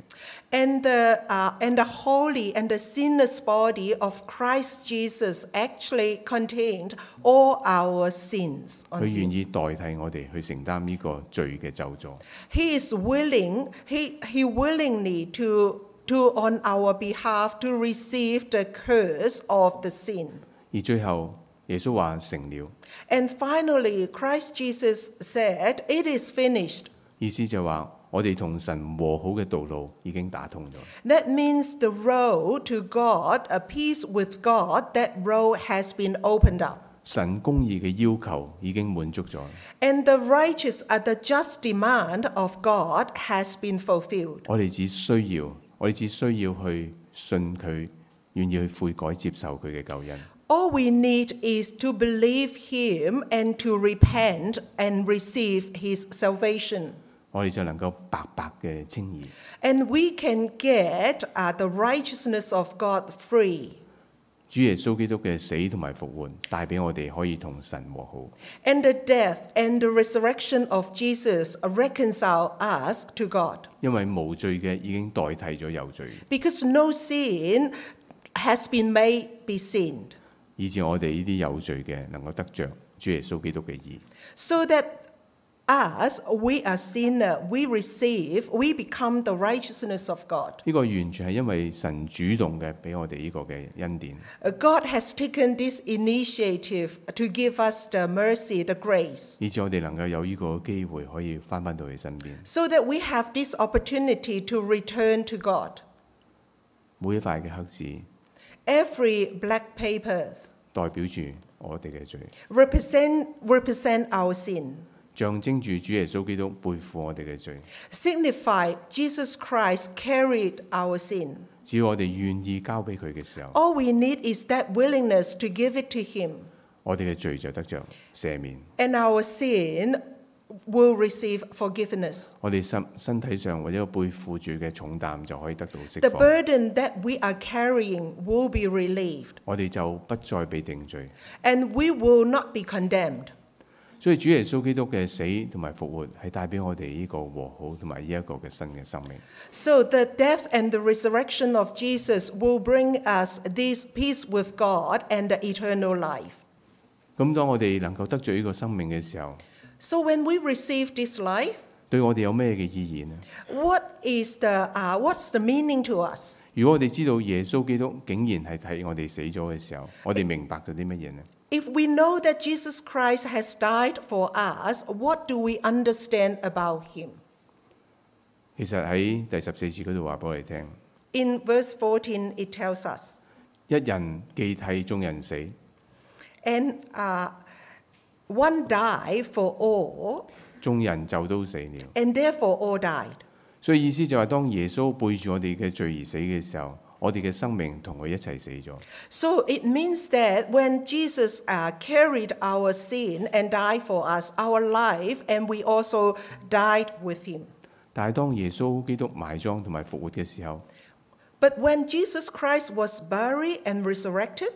S2: And the, uh, and the holy and the sinless body of Christ Jesus actually contained all our sins.
S3: 佢
S2: on
S3: 願
S2: him.
S3: 意代替我哋去承擔呢個罪嘅咒詛，
S2: He is willing, he, he willingly to, to, on our behalf, to receive the curse of the sin.
S3: 而最後耶穌話成了，
S2: And finally, Christ Jesus said, It is finished.
S3: 意思就話我哋同神和好嘅道路已經打通咗。
S2: That means the road to God, a peace with God, that road has been opened up.
S3: 神公義嘅要求已經滿足咗，
S2: And the righteous, uh, the just demand of God has been fulfilled.
S3: 我哋只需要，我哋只需要去信佢，願意去悔改，接受佢嘅救恩。
S2: All we need is to believe Him and to repent and receive His salvation.
S3: 我哋就能夠白白嘅稱義。
S2: And we can get uh, the righteousness of God free.
S3: 主耶穌基督嘅死同埋復活，帶俾我哋可以同神和好。
S2: And the death and the resurrection of Jesus reconcile us to God.
S3: 因為無罪嘅已經代替咗有罪，
S2: Because no sin has been made be sinned.
S3: 以致我哋呢啲有罪嘅能夠得着主耶穌基督嘅義。
S2: So that us, we are sinner, we receive, we become the righteousness of God.
S3: 呢個完全係因為神主動嘅俾我哋呢個嘅恩典。
S2: Uh, God has taken this initiative to give us the mercy, the grace,
S3: 以致我哋能夠有呢個機會可以翻返到佢身邊。
S2: so that we have this opportunity to return to God.
S3: 每一塊嘅黑字
S2: Every black paper
S3: 代表住我哋嘅罪，
S2: represent, represent our sin,
S3: 象徵住主耶穌基督背負我哋嘅罪。
S2: signify Jesus Christ carried our sin.
S3: 只要我哋願意交俾佢嘅時候，
S2: All we need is that willingness to give it to Him,
S3: 我哋嘅罪就得着赦免。
S2: and our sin will receive forgiveness.
S3: 我哋身身體上或者背負住嘅重擔就可以得到
S2: The
S3: 釋放，
S2: burden that we are carrying will be relieved,
S3: 我哋就不再被定罪。
S2: and we will not be condemned.
S3: 所以主耶穌基督嘅死同埋復活係帶俾我哋呢個和好同埋呢一個嘅新嘅生命。
S2: So, the death and the resurrection of Jesus will bring us this peace with God and the eternal life.
S3: 咁當我哋能夠得着呢個生命嘅時候，
S2: So, when we receive this life,
S3: 對我哋有咩嘅意義呢？
S2: What is the uh, what's the meaning to us?
S3: 如果我哋知道耶穌基督竟然係替我哋死咗嘅時候，我哋明白咗啲乜嘢呢？
S2: If we know that Jesus Christ has died for us, what do we understand about him?
S3: 其實喺第十四節嗰度話俾我哋聽：
S2: In verse 14 it tells us,
S3: 一人既替眾人死，
S2: and uh, one died for all,
S3: 眾人就都死了。
S2: and therefore all died.
S3: 所以意思就係當耶穌背住我哋嘅罪而死嘅時候，我哋嘅生命同佢一齊死咗。
S2: So it means that when Jesus uh, carried our sin and died for us, our life, and we also died with him.
S3: 但係當耶穌基督埋葬同埋復活嘅時候，
S2: But when Jesus Christ was buried and resurrected,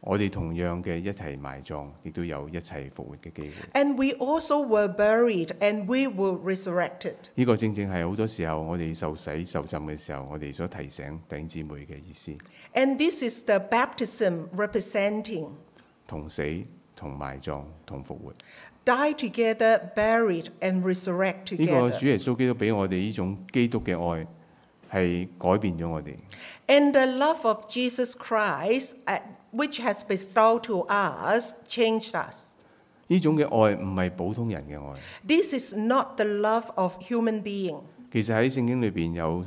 S3: 我哋同樣嘅一齊埋葬，亦都有一齊復活嘅機會。
S2: And we also were buried and we were resurrected.
S3: 呢、個正正係好多時候我哋受洗受浸嘅時候，我哋所提醒弟兄姊妹嘅意思，
S2: And this is the baptism representing
S3: 同死、同埋葬、同復活。
S2: die together, buried, and resurrect
S3: 呢個
S2: together.
S3: 主耶穌基督俾我哋呢種基督嘅愛，係改變咗我哋。
S2: And the love of Jesus Christ, uh, which has bestowed to us, changed us.
S3: 呢種嘅愛唔係普通人嘅愛，
S2: This is not the love of human being.
S3: 其實喺聖經裏邊有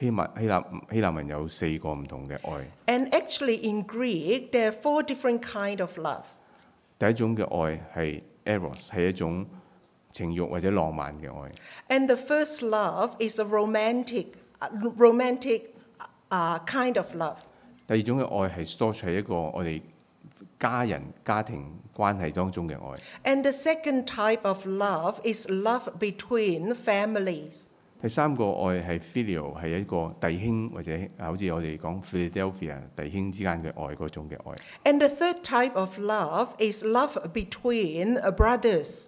S3: 希文希臘希臘文有四個唔同嘅愛。
S2: And actually, in Greek, there are four different kind of love.
S3: 第一種嘅愛係 eros，係一種情慾或者浪漫嘅愛。
S2: And the first love is a romantic, uh, romantic uh, kind of love.
S3: 第二種嘅愛係 s o r t 係一個我哋家人家庭關係當中嘅愛。
S2: And the second type of love is love between families.
S3: 第三個愛係 filial，係一個弟兄或者好似我哋講 Philadelphia 弟兄之間嘅愛嗰種嘅愛。
S2: And the third type of love is love between uh, brothers.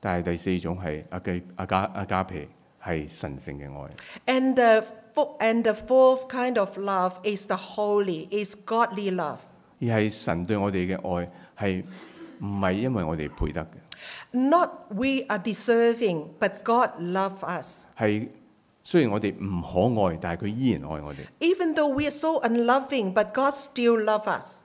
S3: 但係第四種係阿基阿加阿加皮係神聖嘅愛。
S2: And the, fo- and the fourth kind of love is the holy, is godly love.
S3: 而係神對我哋嘅愛係唔係因為我哋配得嘅，
S2: Not we are deserving, but God loved us.
S3: 係雖然我哋唔可愛，但係佢依然愛我哋。
S2: Even though we are so unloving, but God still loves us.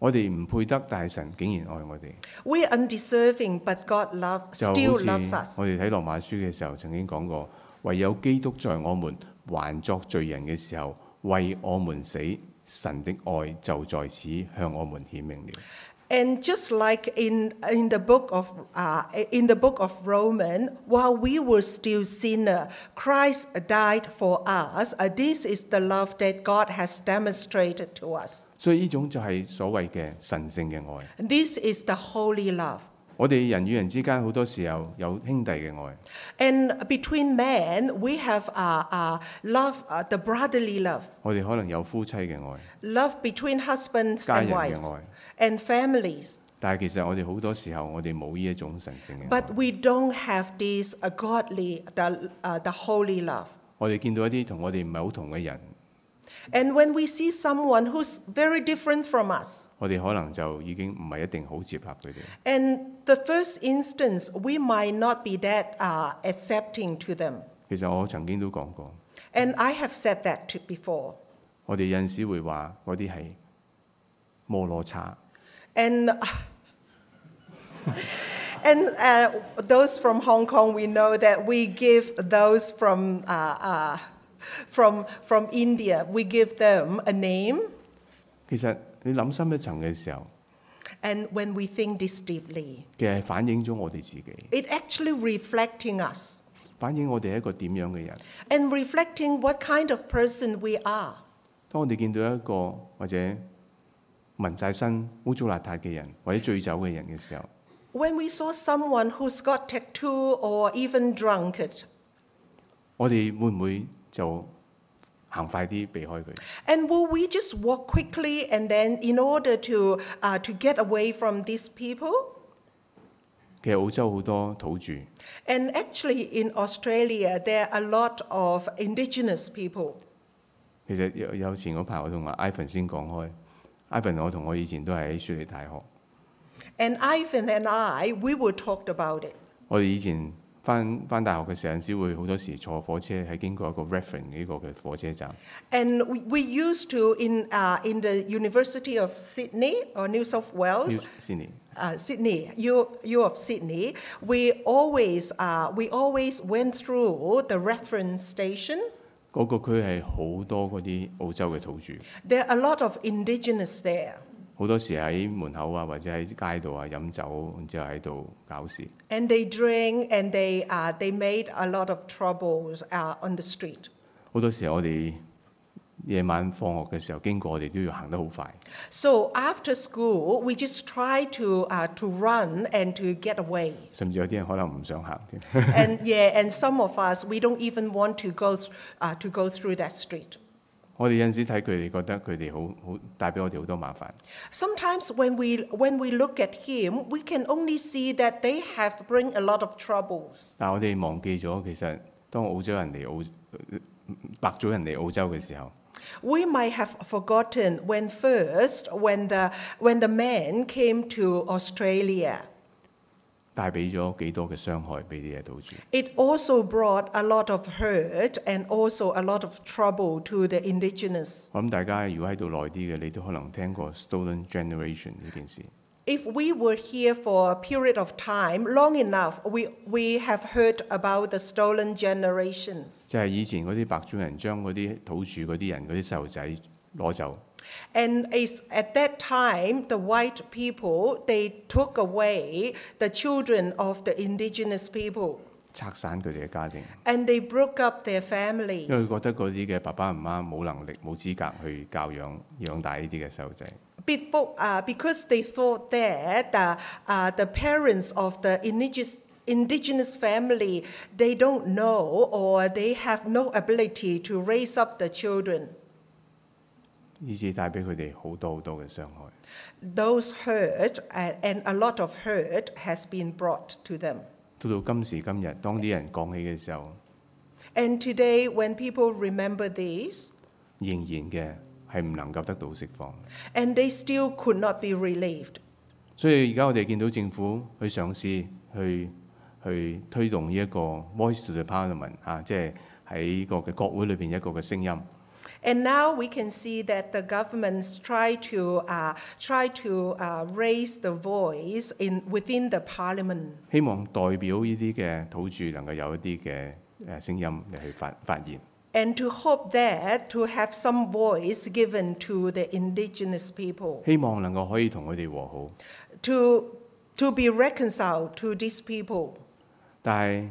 S3: 我哋唔配得，但係神竟然愛我哋，
S2: We are undeserving, but God love,
S3: 就
S2: still
S3: 好
S2: loves
S3: 似
S2: us.
S3: 我哋睇羅馬書嘅時候曾經講過，唯有基督在我們還作罪人嘅時候為我們死，神的愛就在此向我們顯明了。
S2: And just like in, in, the book of, uh, in the book of Romans, while we were still sinners, Christ died for us. Uh, This is the love that God has demonstrated to us.
S3: 所以呢種就係所謂嘅神聖嘅愛，
S2: This is the holy love.
S3: 我哋人與人之間好多時候有兄弟嘅愛，
S2: And between men, we have uh, uh, love, uh, the brotherly love,
S3: 我哋可能有夫妻嘅愛，
S2: love between husbands
S3: 家
S2: and
S3: 人嘅
S2: wives
S3: 愛。
S2: and families.
S3: 但係其實我哋好多時候，我哋冇呢一種神聖嘅愛。
S2: But we don't have this uh, godly, the, uh, the holy love.
S3: 我哋見到一啲同我哋唔係好同嘅人，
S2: And when we see someone who's very different from us,
S3: 我哋可能就已經唔係一定好接納佢哋。
S2: and the first instance, we might not be that uh, accepting to them.
S3: 其實我曾經都講過，
S2: And I have said that to before.
S3: 我哋有陣時會話嗰啲係摩羅叉，
S2: And and uh, those from Hong Kong, we know that we give those from uh, uh, from from India, we give them a name.
S3: 其實你諗深一層嘅時候，
S2: And when we think this deeply,
S3: 其實係反映咗我哋自己，
S2: it actually reflecting us
S3: 反映我哋係一個點樣嘅人。
S2: and reflecting what kind of person we are.
S3: 當我哋見到一個或者紋晒身、污糟邋遢嘅人，或者醉酒嘅人嘅時候，
S2: When we saw someone who's got tattoo or even drunkard,
S3: 我哋會唔會就行快啲避開佢？
S2: And will we just walk quickly and then, in order to, uh, to get away from these people?
S3: 其實澳洲好多土著，
S2: And actually, in Australia, there are a lot of indigenous people.
S3: 其實有有前嗰排我同阿 Ivan 先講開，Ivan 我同我以前都係喺雪梨大學，
S2: And Ivan and I, we were talked about it.
S3: 我哋以前翻翻大學嘅時候，有陣時會好多時坐火車係經過一個 Reference 呢個嘅火車站，
S2: And we, we used to, in, uh, in the University of Sydney or New South Wales,
S3: s y d
S2: uh, Sydney, you, you of Sydney, we always, uh, we always went through the reference station.
S3: 嗰個區係好多嗰啲澳洲嘅土著，
S2: There are a lot of indigenous there.
S3: 好多時喺門口啊或者喺街度啊飲酒，然之後喺度搞事。
S2: And they drank and they, uh, they made a lot of troubles uh, on the street.
S3: 好多時候我哋夜晚放學嘅時候經過，我哋都要行得好快。
S2: So after school, we just try to, uh, to run and to get away.
S3: 甚至有啲人可能唔想行添。
S2: and yeah, and some of us, we don't even want to go, th- uh, to go through that street.
S3: 我哋有陣時睇佢哋，覺得佢哋好好帶俾我哋好多麻煩。
S2: Sometimes when we, when we look at him, we can only see that they have bring a lot of troubles.
S3: 但我哋忘記咗，其實當澳洲人嚟澳呃白種人嚟澳洲嘅時候，
S2: We might have forgotten when first, when the, when the man came to Australia.
S3: 帶俾咗幾多嘅傷害俾啲嘢島主。
S2: It also brought a lot of hurt and also a lot of trouble to the indigenous.
S3: 我諗大家如果喺度耐啲嘅，你都可能聽過 Stolen Generation 呢件事。
S2: If we were here for a period of time long enough, we, we have heard about the stolen generations.
S3: 就係以前嗰啲白種人將嗰啲土著嗰啲人嗰啲細路仔攞走，
S2: And it's at that time, the white people, they took away the children of the indigenous people
S3: 拆散佢哋嘅家庭，
S2: and they broke up their
S3: 因為
S2: families
S3: 覺得嗰啲嘅爸爸媽媽冇能力、冇資格去教養養大呢啲嘅細路仔。
S2: Before, uh, because they thought that uh, uh, the parents of the indigenous, indigenous family they don't know or they have no ability to raise up the children
S3: 以致帶俾佢哋好多好多嘅傷害。
S2: those hurt uh, and a lot of hurt has been brought to them
S3: 到到今時今日，當啲人講起嘅時候，
S2: and today when people remember these
S3: 仍然嘅係唔能夠得到釋放。
S2: and they still could not be relieved
S3: 所以而家我哋見到政府去嘗試去去推動呢一個 voice to the parliament 啊，即係喺個嘅國會裏邊一個嘅聲音。
S2: And now we can see that the governments try to uh, try to uh, raise the voice in within the parliament
S3: 希望代表呢啲嘅土著能夠有一啲嘅誒聲音嚟去發發言，
S2: and to hope that to have some voice given to the indigenous people
S3: 希望能夠可以同佢哋和好。
S2: to to be reconciled to these people.
S3: 但係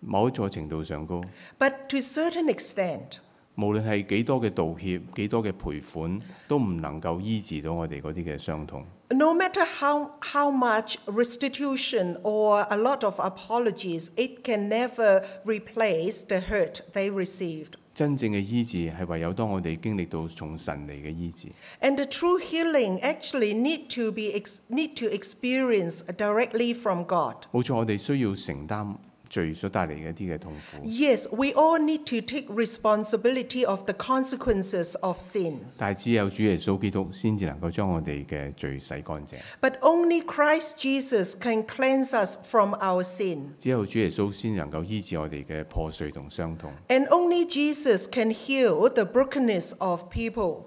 S3: 某一個程度上高，
S2: But to a certain extent,
S3: 無論係幾多嘅道歉、幾多嘅賠款，都唔能夠醫治到我哋嗰啲嘅傷痛。
S2: No matter how, how much restitution or a lot of apologies, it can never replace the hurt they received.
S3: 真正嘅醫治係唯有當我哋經歷到從神嚟嘅醫治。
S2: And the true healing actually need to be ex- need to experience directly from God.
S3: 冇錯，我哋需要承擔罪所帶嚟嘅一啲嘅痛苦，
S2: Yes, we all need to take responsibility of the consequences of sins.
S3: 但係只有主耶穌基督先至能夠將我哋嘅罪洗乾淨，
S2: But only Christ Jesus can cleanse us from our sin.
S3: 只有主耶穌先能夠醫治我哋嘅破碎同傷痛。
S2: And only Jesus can heal the brokenness of people.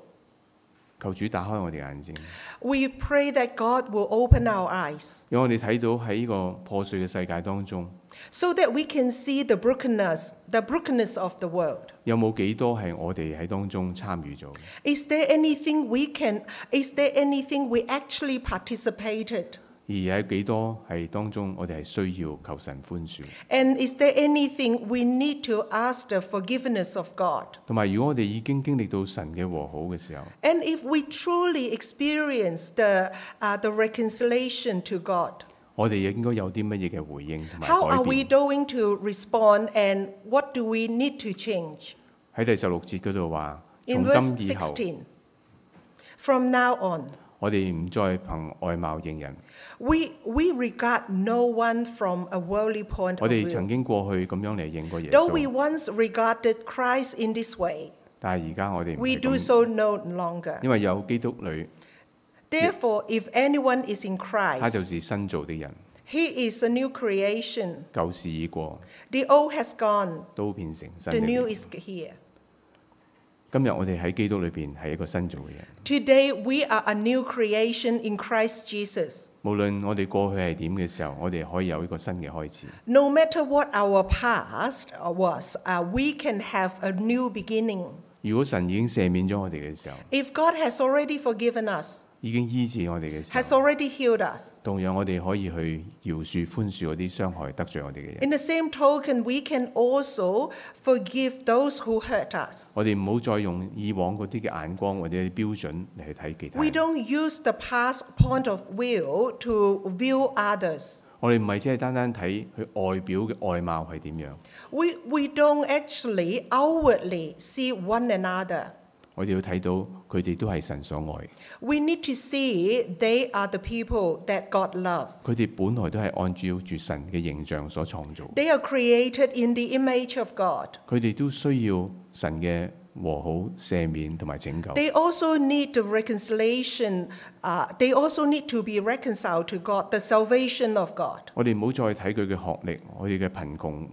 S3: 求主打開我哋眼睛，
S2: We pray that God will open our eyes
S3: 讓我哋睇到喺呢個破碎嘅世界當中，
S2: so that we can see the brokenness, the brokenness of the world.
S3: 有冇幾多係我哋喺當中參與咗嘅？
S2: Is there anything we can is there anything we actually participated?
S3: 而有幾多係當中我哋係需要求神寬恕，
S2: And is there anything we need to ask the forgiveness of God?
S3: 同埋如果我哋已經經歷到神嘅和好嘅時候，
S2: And if we truly experience the, uh, the reconciliation to God,
S3: 我哋應該有啲乜嘢嘅回應同埋
S2: how are
S3: 改
S2: we
S3: 變？
S2: going to respond and what do we need to change?
S3: 喺第十六節嗰度話：
S2: In
S3: 從
S2: verse
S3: 今以後，
S2: 16, from now on,
S3: 我哋唔再憑外貌認人。
S2: we, we regard no one from a worldly point
S3: 我
S2: of
S3: 哋曾
S2: view.
S3: 經過去咁樣嚟認過耶
S2: Though Oh, we
S3: 穌，
S2: once regarded Christ in this way,
S3: 但係而家我哋唔
S2: we
S3: 係
S2: do
S3: 咁，
S2: so no longer.
S3: 因為有基督裏，
S2: Therefore, if anyone is in
S3: 他
S2: Christ,
S3: 就是新造的人，
S2: he is a new creation.
S3: 舊事已過，
S2: The old has gone,
S3: 都變成新
S2: the
S3: 的
S2: new
S3: 了。
S2: is here.
S3: 今日我哋喺基督裏邊係一個新造嘅人，
S2: Today, we are a new creation in Christ Jesus.
S3: 無論我哋過去係點嘅時候，我哋可以有一個新嘅開始。
S2: No matter what our past uh, was, uh, we can have a new beginning.
S3: 如果神已經赦免咗我哋嘅時候，
S2: If God has already forgiven us,
S3: 已經醫治我哋嘅時
S2: has
S3: 候，
S2: already healed us,
S3: 同樣我哋可以去饒恕、寬恕嗰啲傷害得罪我哋嘅人。
S2: in the same token, we can also forgive those who hurt us.
S3: 我哋唔好再用以往嗰啲嘅眼光或者標準嚟去睇其他
S2: We
S3: 人。
S2: don't use the past point of view to view others.
S3: 我哋唔係只係單單睇佢外表嘅外貌係點樣，
S2: We, we don't actually outwardly see one another.
S3: 我哋要睇到佢哋都係神所愛，
S2: We need to see they are the people that God loves.
S3: 佢哋本來都係按照住神嘅形象所創造，
S2: They are created in the image of God.
S3: 佢哋都需要神嘅和好、赦免同埋拯救。
S2: They also need the reconciliation, uh, they also need to be reconciled to God, the salvation of God.
S3: 我哋唔好再睇佢嘅學歷、我哋嘅貧窮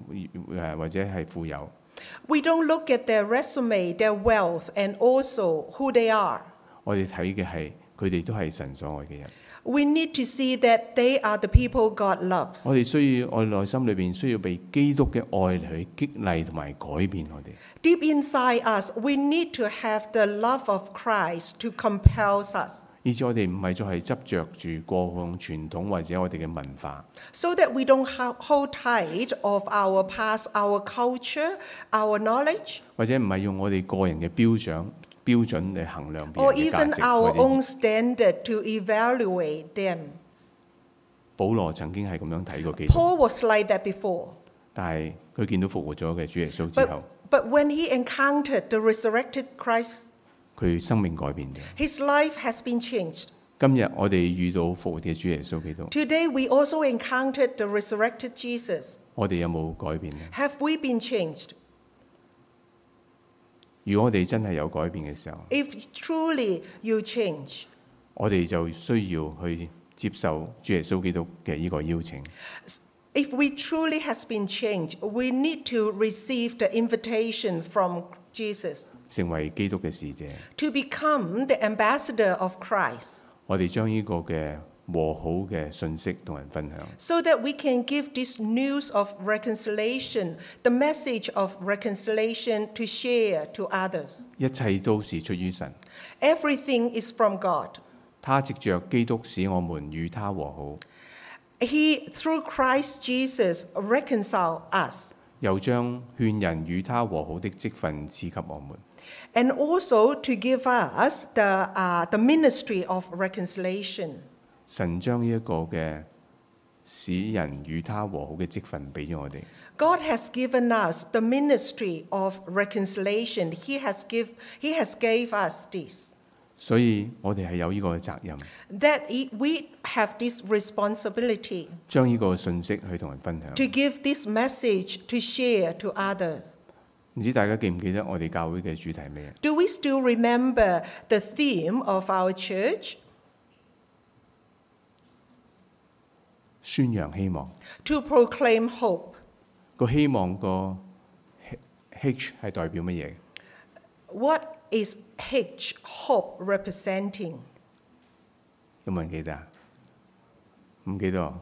S3: 誒或者係富有，
S2: We don't look at their resume, their wealth, and also who they are.
S3: 我哋睇嘅係佢哋都係神所愛嘅人。
S2: We need to see that they are the people God loves.
S3: 我哋需要我哋內心裏邊需要被基督嘅愛嚟去激勵同埋改變我哋。
S2: Deep inside us, we need to have the love of Christ to compel us
S3: 以致我哋唔係再係執着住過往傳統或者我哋嘅文化，
S2: so that we don't ho- hold tight of our past, our culture, our knowledge,
S3: 或者唔係用我哋個人嘅標準標準嚟衡量別
S2: or
S3: 人嘅價
S2: even
S3: 值。
S2: our
S3: 或者
S2: own standard to evaluate them.
S3: 保羅曾經係咁樣睇過基督，
S2: Paul was like that before.
S3: 但係佢見到復活咗嘅主耶穌之後
S2: But,，but when he encountered the resurrected Christ,
S3: 佢生命改變咗。
S2: his life has been changed.
S3: 今日我哋遇到復活嘅主耶穌基督，
S2: Today, we also encountered the resurrected Jesus.
S3: 我哋有冇改變呢？
S2: Have we been changed?
S3: 如果我哋真係有改變嘅時候，
S2: If truly you change,
S3: 我哋就需要去接受主耶穌基督嘅呢個邀請。
S2: If we truly has been changed, we need to receive the invitation from Jesus
S3: 成為基督嘅使者，
S2: to become the ambassador of Christ
S3: 我哋將呢個嘅和好嘅信息同人分享。
S2: so that we can give this news of reconciliation, the message of reconciliation to share to others.
S3: 一切都是出於神，
S2: Everything is from God.
S3: 他藉着基督使我們與他和好，
S2: He through Christ Jesus reconciled us
S3: 又將勸人與他和好的職分賜給我們。
S2: and also to give us the, uh, the ministry of reconciliation.
S3: 神將呢一個嘅使人與他和好嘅積分俾咗我哋。
S2: God has given us the ministry of reconciliation. He has give He has gave us this.
S3: 所以我哋係有呢個責任，
S2: That i- we have this responsibility
S3: 將呢個信息去同人分享。
S2: to give this message to share to others.
S3: 唔知大家記唔記得我哋教會嘅主題係咩？
S2: Do we still remember the theme of our church?
S3: 宣揚希望。
S2: To proclaim hope.
S3: 個希望個 H 係代表乜嘢？
S2: What is H hope representing?
S3: 有冇人記得啊？唔記得啊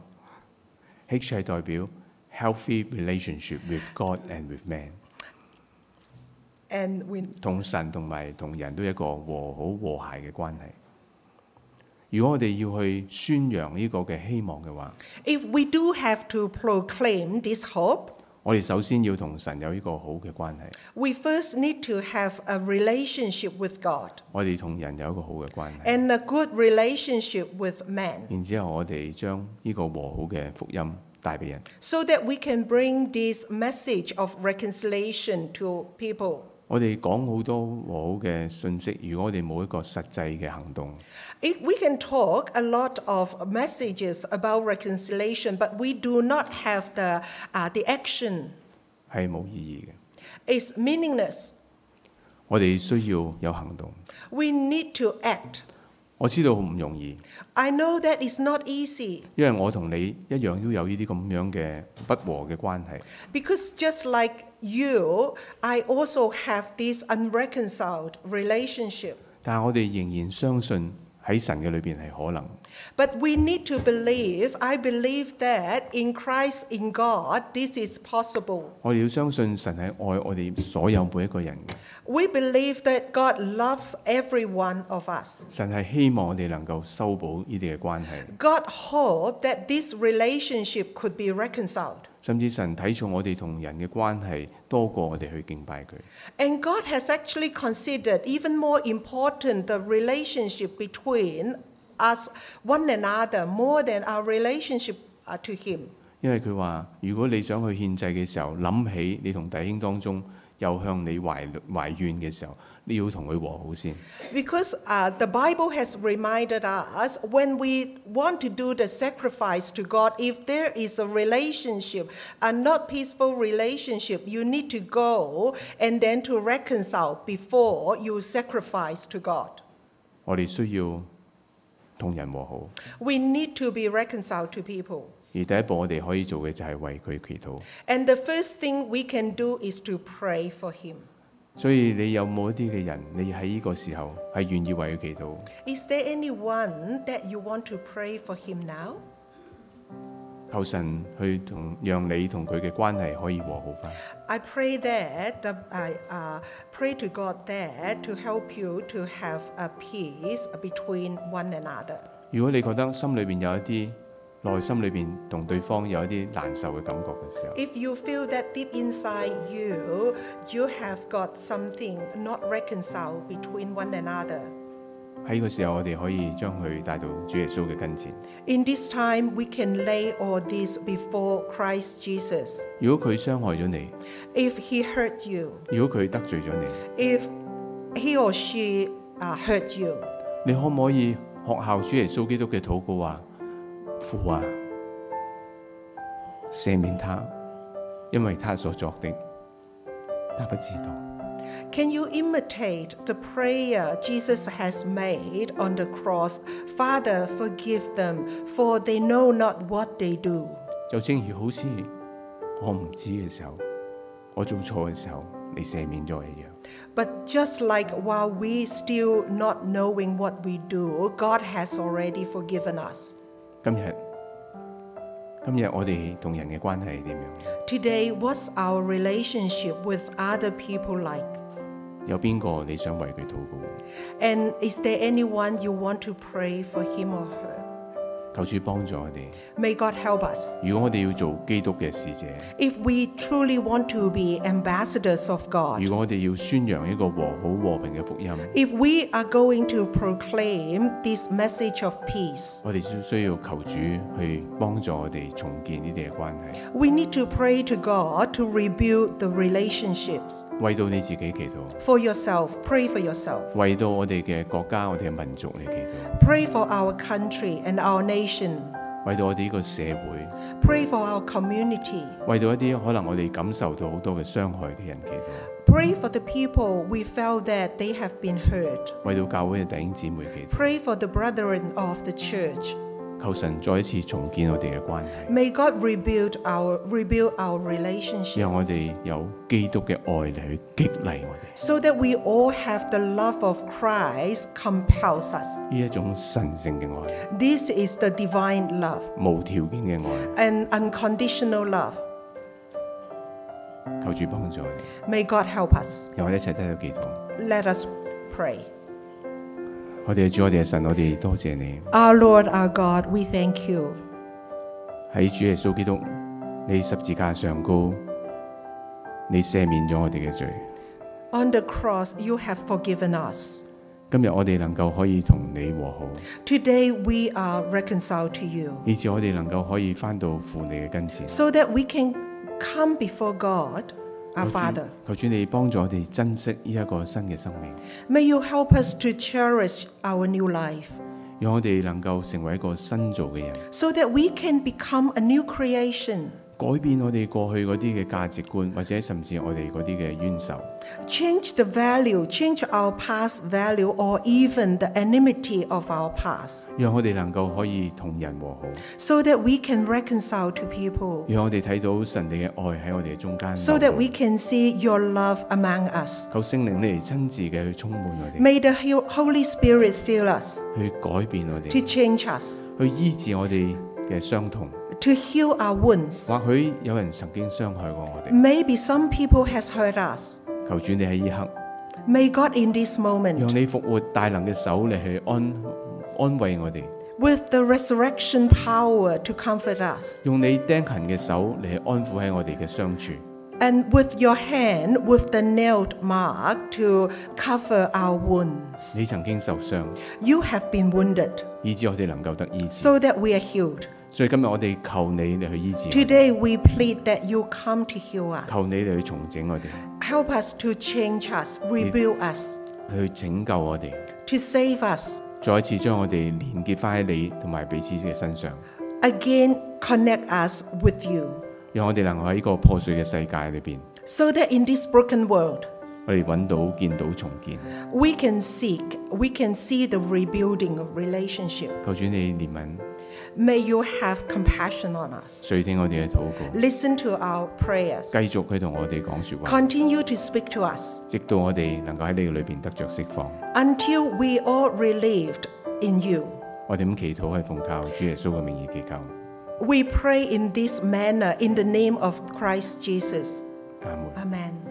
S3: ？H 係代表 healthy relationship with God and with man，
S2: And we
S3: 同神同埋同人都一個和好和諧嘅關係。如果我哋要去宣揚呢個嘅希望嘅話，
S2: if we do have to proclaim this hope,
S3: 我哋首先要同神有呢個好嘅關係，
S2: we first need to have a relationship with God
S3: 我哋同人有一個好嘅關係，
S2: and a good relationship with man
S3: 然之後我哋將呢個和好嘅福音帶俾人。
S2: so that we can bring this message of reconciliation to people.
S3: 我哋講好多和好嘅信息，如果我哋冇一個實際嘅行動，
S2: It, we can talk a lot of messages about reconciliation, but we do not have the, uh, the action.
S3: 係冇意義嘅。
S2: It's meaningless.
S3: 我哋需要有行動。
S2: We need to act.
S3: 我知道唔容易，
S2: I know that it's not easy
S3: 因為我同你一樣都有呢啲咁樣嘅不和嘅關係。
S2: because just like you, I also have this unreconciled relationship.
S3: 但係我哋仍然相信喺神嘅裏邊係可能。
S2: But we need to believe, I believe that in Christ, in God, this is possible.
S3: 我哋要相信神係愛我哋所有每一個人嘅。
S2: We believe that God loves every one of us.
S3: 神係希望我哋能夠修補呢啲嘅關係，
S2: God hoped that this relationship could be reconciled.
S3: 甚至神睇重我哋同人嘅關係多過我哋去敬拜佢。
S2: And God has actually considered even more important the relationship between us, one another, more than our relationship uh, to Him.
S3: 因為佢話：如果你想去獻祭嘅時候，諗起你同弟兄當中有向你懷懷怨嘅時候，你要同佢和好先。
S2: Because uh, the Bible has reminded us when we want to do the sacrifice to God, if there is a relationship, a not peaceful relationship, you need to go and then to reconcile before you sacrifice to God.
S3: 我哋需要同人和好，
S2: We need to be reconciled to people.
S3: 而第一步我哋可以做嘅就係為佢祈禱。
S2: And the first thing we can do is to pray for him.
S3: 所以你有冇一啲嘅人，你喺呢個時候係願意為佢祈禱？
S2: Is there anyone that you want to pray for him now?
S3: 求神去同讓你同佢嘅關係可以和好翻。
S2: I pray that the- I uh, pray to God that to help you to have a peace between one another.
S3: 如果你覺得心裏邊有一啲內心裏邊同對方有一啲難受嘅感覺嘅時候，
S2: If you feel that deep inside you, you have got something not reconciled between one another.
S3: 喺呢個時候我哋可以將佢帶到主耶穌嘅跟前。
S2: In this time, we can lay all this before Christ Jesus.
S3: 如果佢傷害咗你，
S2: If he hurt you,
S3: 如果佢得罪咗你，
S2: if he or she uh, hurt you,
S3: 你可唔可以學效主耶穌基督嘅禱告話：父啊，赦免他，因為他所作的，他不知道。
S2: can you imitate the prayer Jesus has made on the cross? Father, forgive them, for they know not what they do.
S3: 就正如好似我唔知嘅時候，我做錯嘅時候，你赦免咗我一樣。
S2: But just like while we still not knowing what we do, God has already forgiven us.
S3: 今日，今日我哋同人嘅關係係點樣？
S2: Today, what's our relationship with other people like?
S3: 有邊個你想為佢禱告？
S2: And is there anyone you want to pray for him or her?
S3: 求主幫助我哋。
S2: May God help us.
S3: 如果我哋要做基督嘅使者，
S2: If we truly want to be ambassadors of God,
S3: 如果我哋要宣揚一個和好和平嘅福音，
S2: if we are going to proclaim this message of peace,
S3: 我哋需需要求主去幫助我哋重建呢啲嘅關係，
S2: we need to pray to God to rebuild the relationships.
S3: 為到你自己祈禱。
S2: For yourself, pray for yourself.
S3: 為到我哋嘅國家、我哋嘅民族嚟祈禱，
S2: Pray for our country and our nation.
S3: 為到我哋呢個社會，
S2: Pray for our community.
S3: 為到一啲可能我哋感受到好多嘅傷害嘅人祈禱，
S2: Pray for the people we felt that they have been hurt.
S3: 為到教會嘅弟兄姊妹祈
S2: Pray for the brethren of the church.
S3: 禱，求神再一次重建我哋嘅關係，
S2: May God rebuild our rebuild our relationship
S3: 讓我哋有基督嘅愛嚟去激勵我哋。
S2: so that we all have the love of Christ compels us.
S3: 呢一種神聖嘅愛，
S2: This is the divine love
S3: 無條件嘅愛，
S2: and unconditional love.
S3: 求主幫助我哋，
S2: May God help us.
S3: 讓我哋一齊低頭祈禱。
S2: Let us pray.
S3: 我哋嘅主，我哋嘅神，我哋多謝你。
S2: Our Lord, our God, we thank you
S3: 喺主耶穌基督，你十字架上高，你赦免咗我哋嘅罪。
S2: On the cross, you have forgiven us.
S3: 今日我哋能夠可以同你和好，
S2: Today, we are reconciled to you
S3: 以致我哋能夠可以翻到父你嘅跟前。
S2: so that we can come before God, our
S3: 求主
S2: Father.
S3: 求主你幫助我哋珍惜呢一個新嘅生命，
S2: May you help us to cherish our new life
S3: 讓我哋能夠成為一個新造嘅人，
S2: so that we can become a new creation,
S3: 改變我哋過去嗰啲嘅價值觀，或者甚至我哋嗰啲嘅冤仇，
S2: change the value, change our past value, or even the enmity of our past,
S3: 讓我哋能夠可以同人和好，
S2: so that we can reconcile to people,
S3: 讓我哋睇到神你嘅愛喺我哋嘅中間流
S2: so
S3: 動。
S2: that we can see your love among us.
S3: 求聖靈你嚟親自嘅去充滿我哋，
S2: May the Hel- Holy Spirit fill us
S3: 去改變我哋。
S2: to change us,
S3: 去醫治我哋嘅傷痛。
S2: to heal our wounds.
S3: 或許有人曾經傷害過我哋，
S2: Maybe some people has hurt us.
S3: 求主你喺呢刻，
S2: May God in this
S3: 讓
S2: moment,
S3: 你復活大能嘅手嚟去安安慰我哋，
S2: with the resurrection power to comfort us,
S3: 用你釘痕嘅手嚟去安撫喺我哋嘅傷處，
S2: and with your hand, with the nailed mark to cover our wounds.
S3: 你曾經受傷，
S2: You have been wounded
S3: 以致我哋能夠得醫治。
S2: so that we are healed.
S3: 所以今日我哋求你嚟去醫治我哋，
S2: Today we plead that you come to heal
S3: 求
S2: us.
S3: 你嚟去重整我哋，
S2: Help us to change us, rebuild us,
S3: 去拯救我哋，
S2: to save us,
S3: 再一次將我哋連結翻喺你同埋彼此嘅身上，
S2: again connect us with you.
S3: 讓我哋能夠喺呢個破碎嘅世界裏邊，
S2: So that in this broken world,
S3: 我哋揾到見到重建。
S2: we can seek, we can see the rebuilding of relationship.
S3: 求主你憐憫。
S2: May you have compassion on us.
S3: 垂聽我哋嘅禱告，
S2: Listen to our prayers.
S3: 繼續佢同我哋講說話，
S2: Continue to speak to us
S3: 直到我哋能夠喺你嘅裏邊得着釋放。
S2: until we are relieved in you.
S3: 我哋咁祈禱係奉靠主耶穌嘅名義祈求，
S2: We pray in this manner in the name of Christ Jesus.
S3: 阿門。
S2: Amen.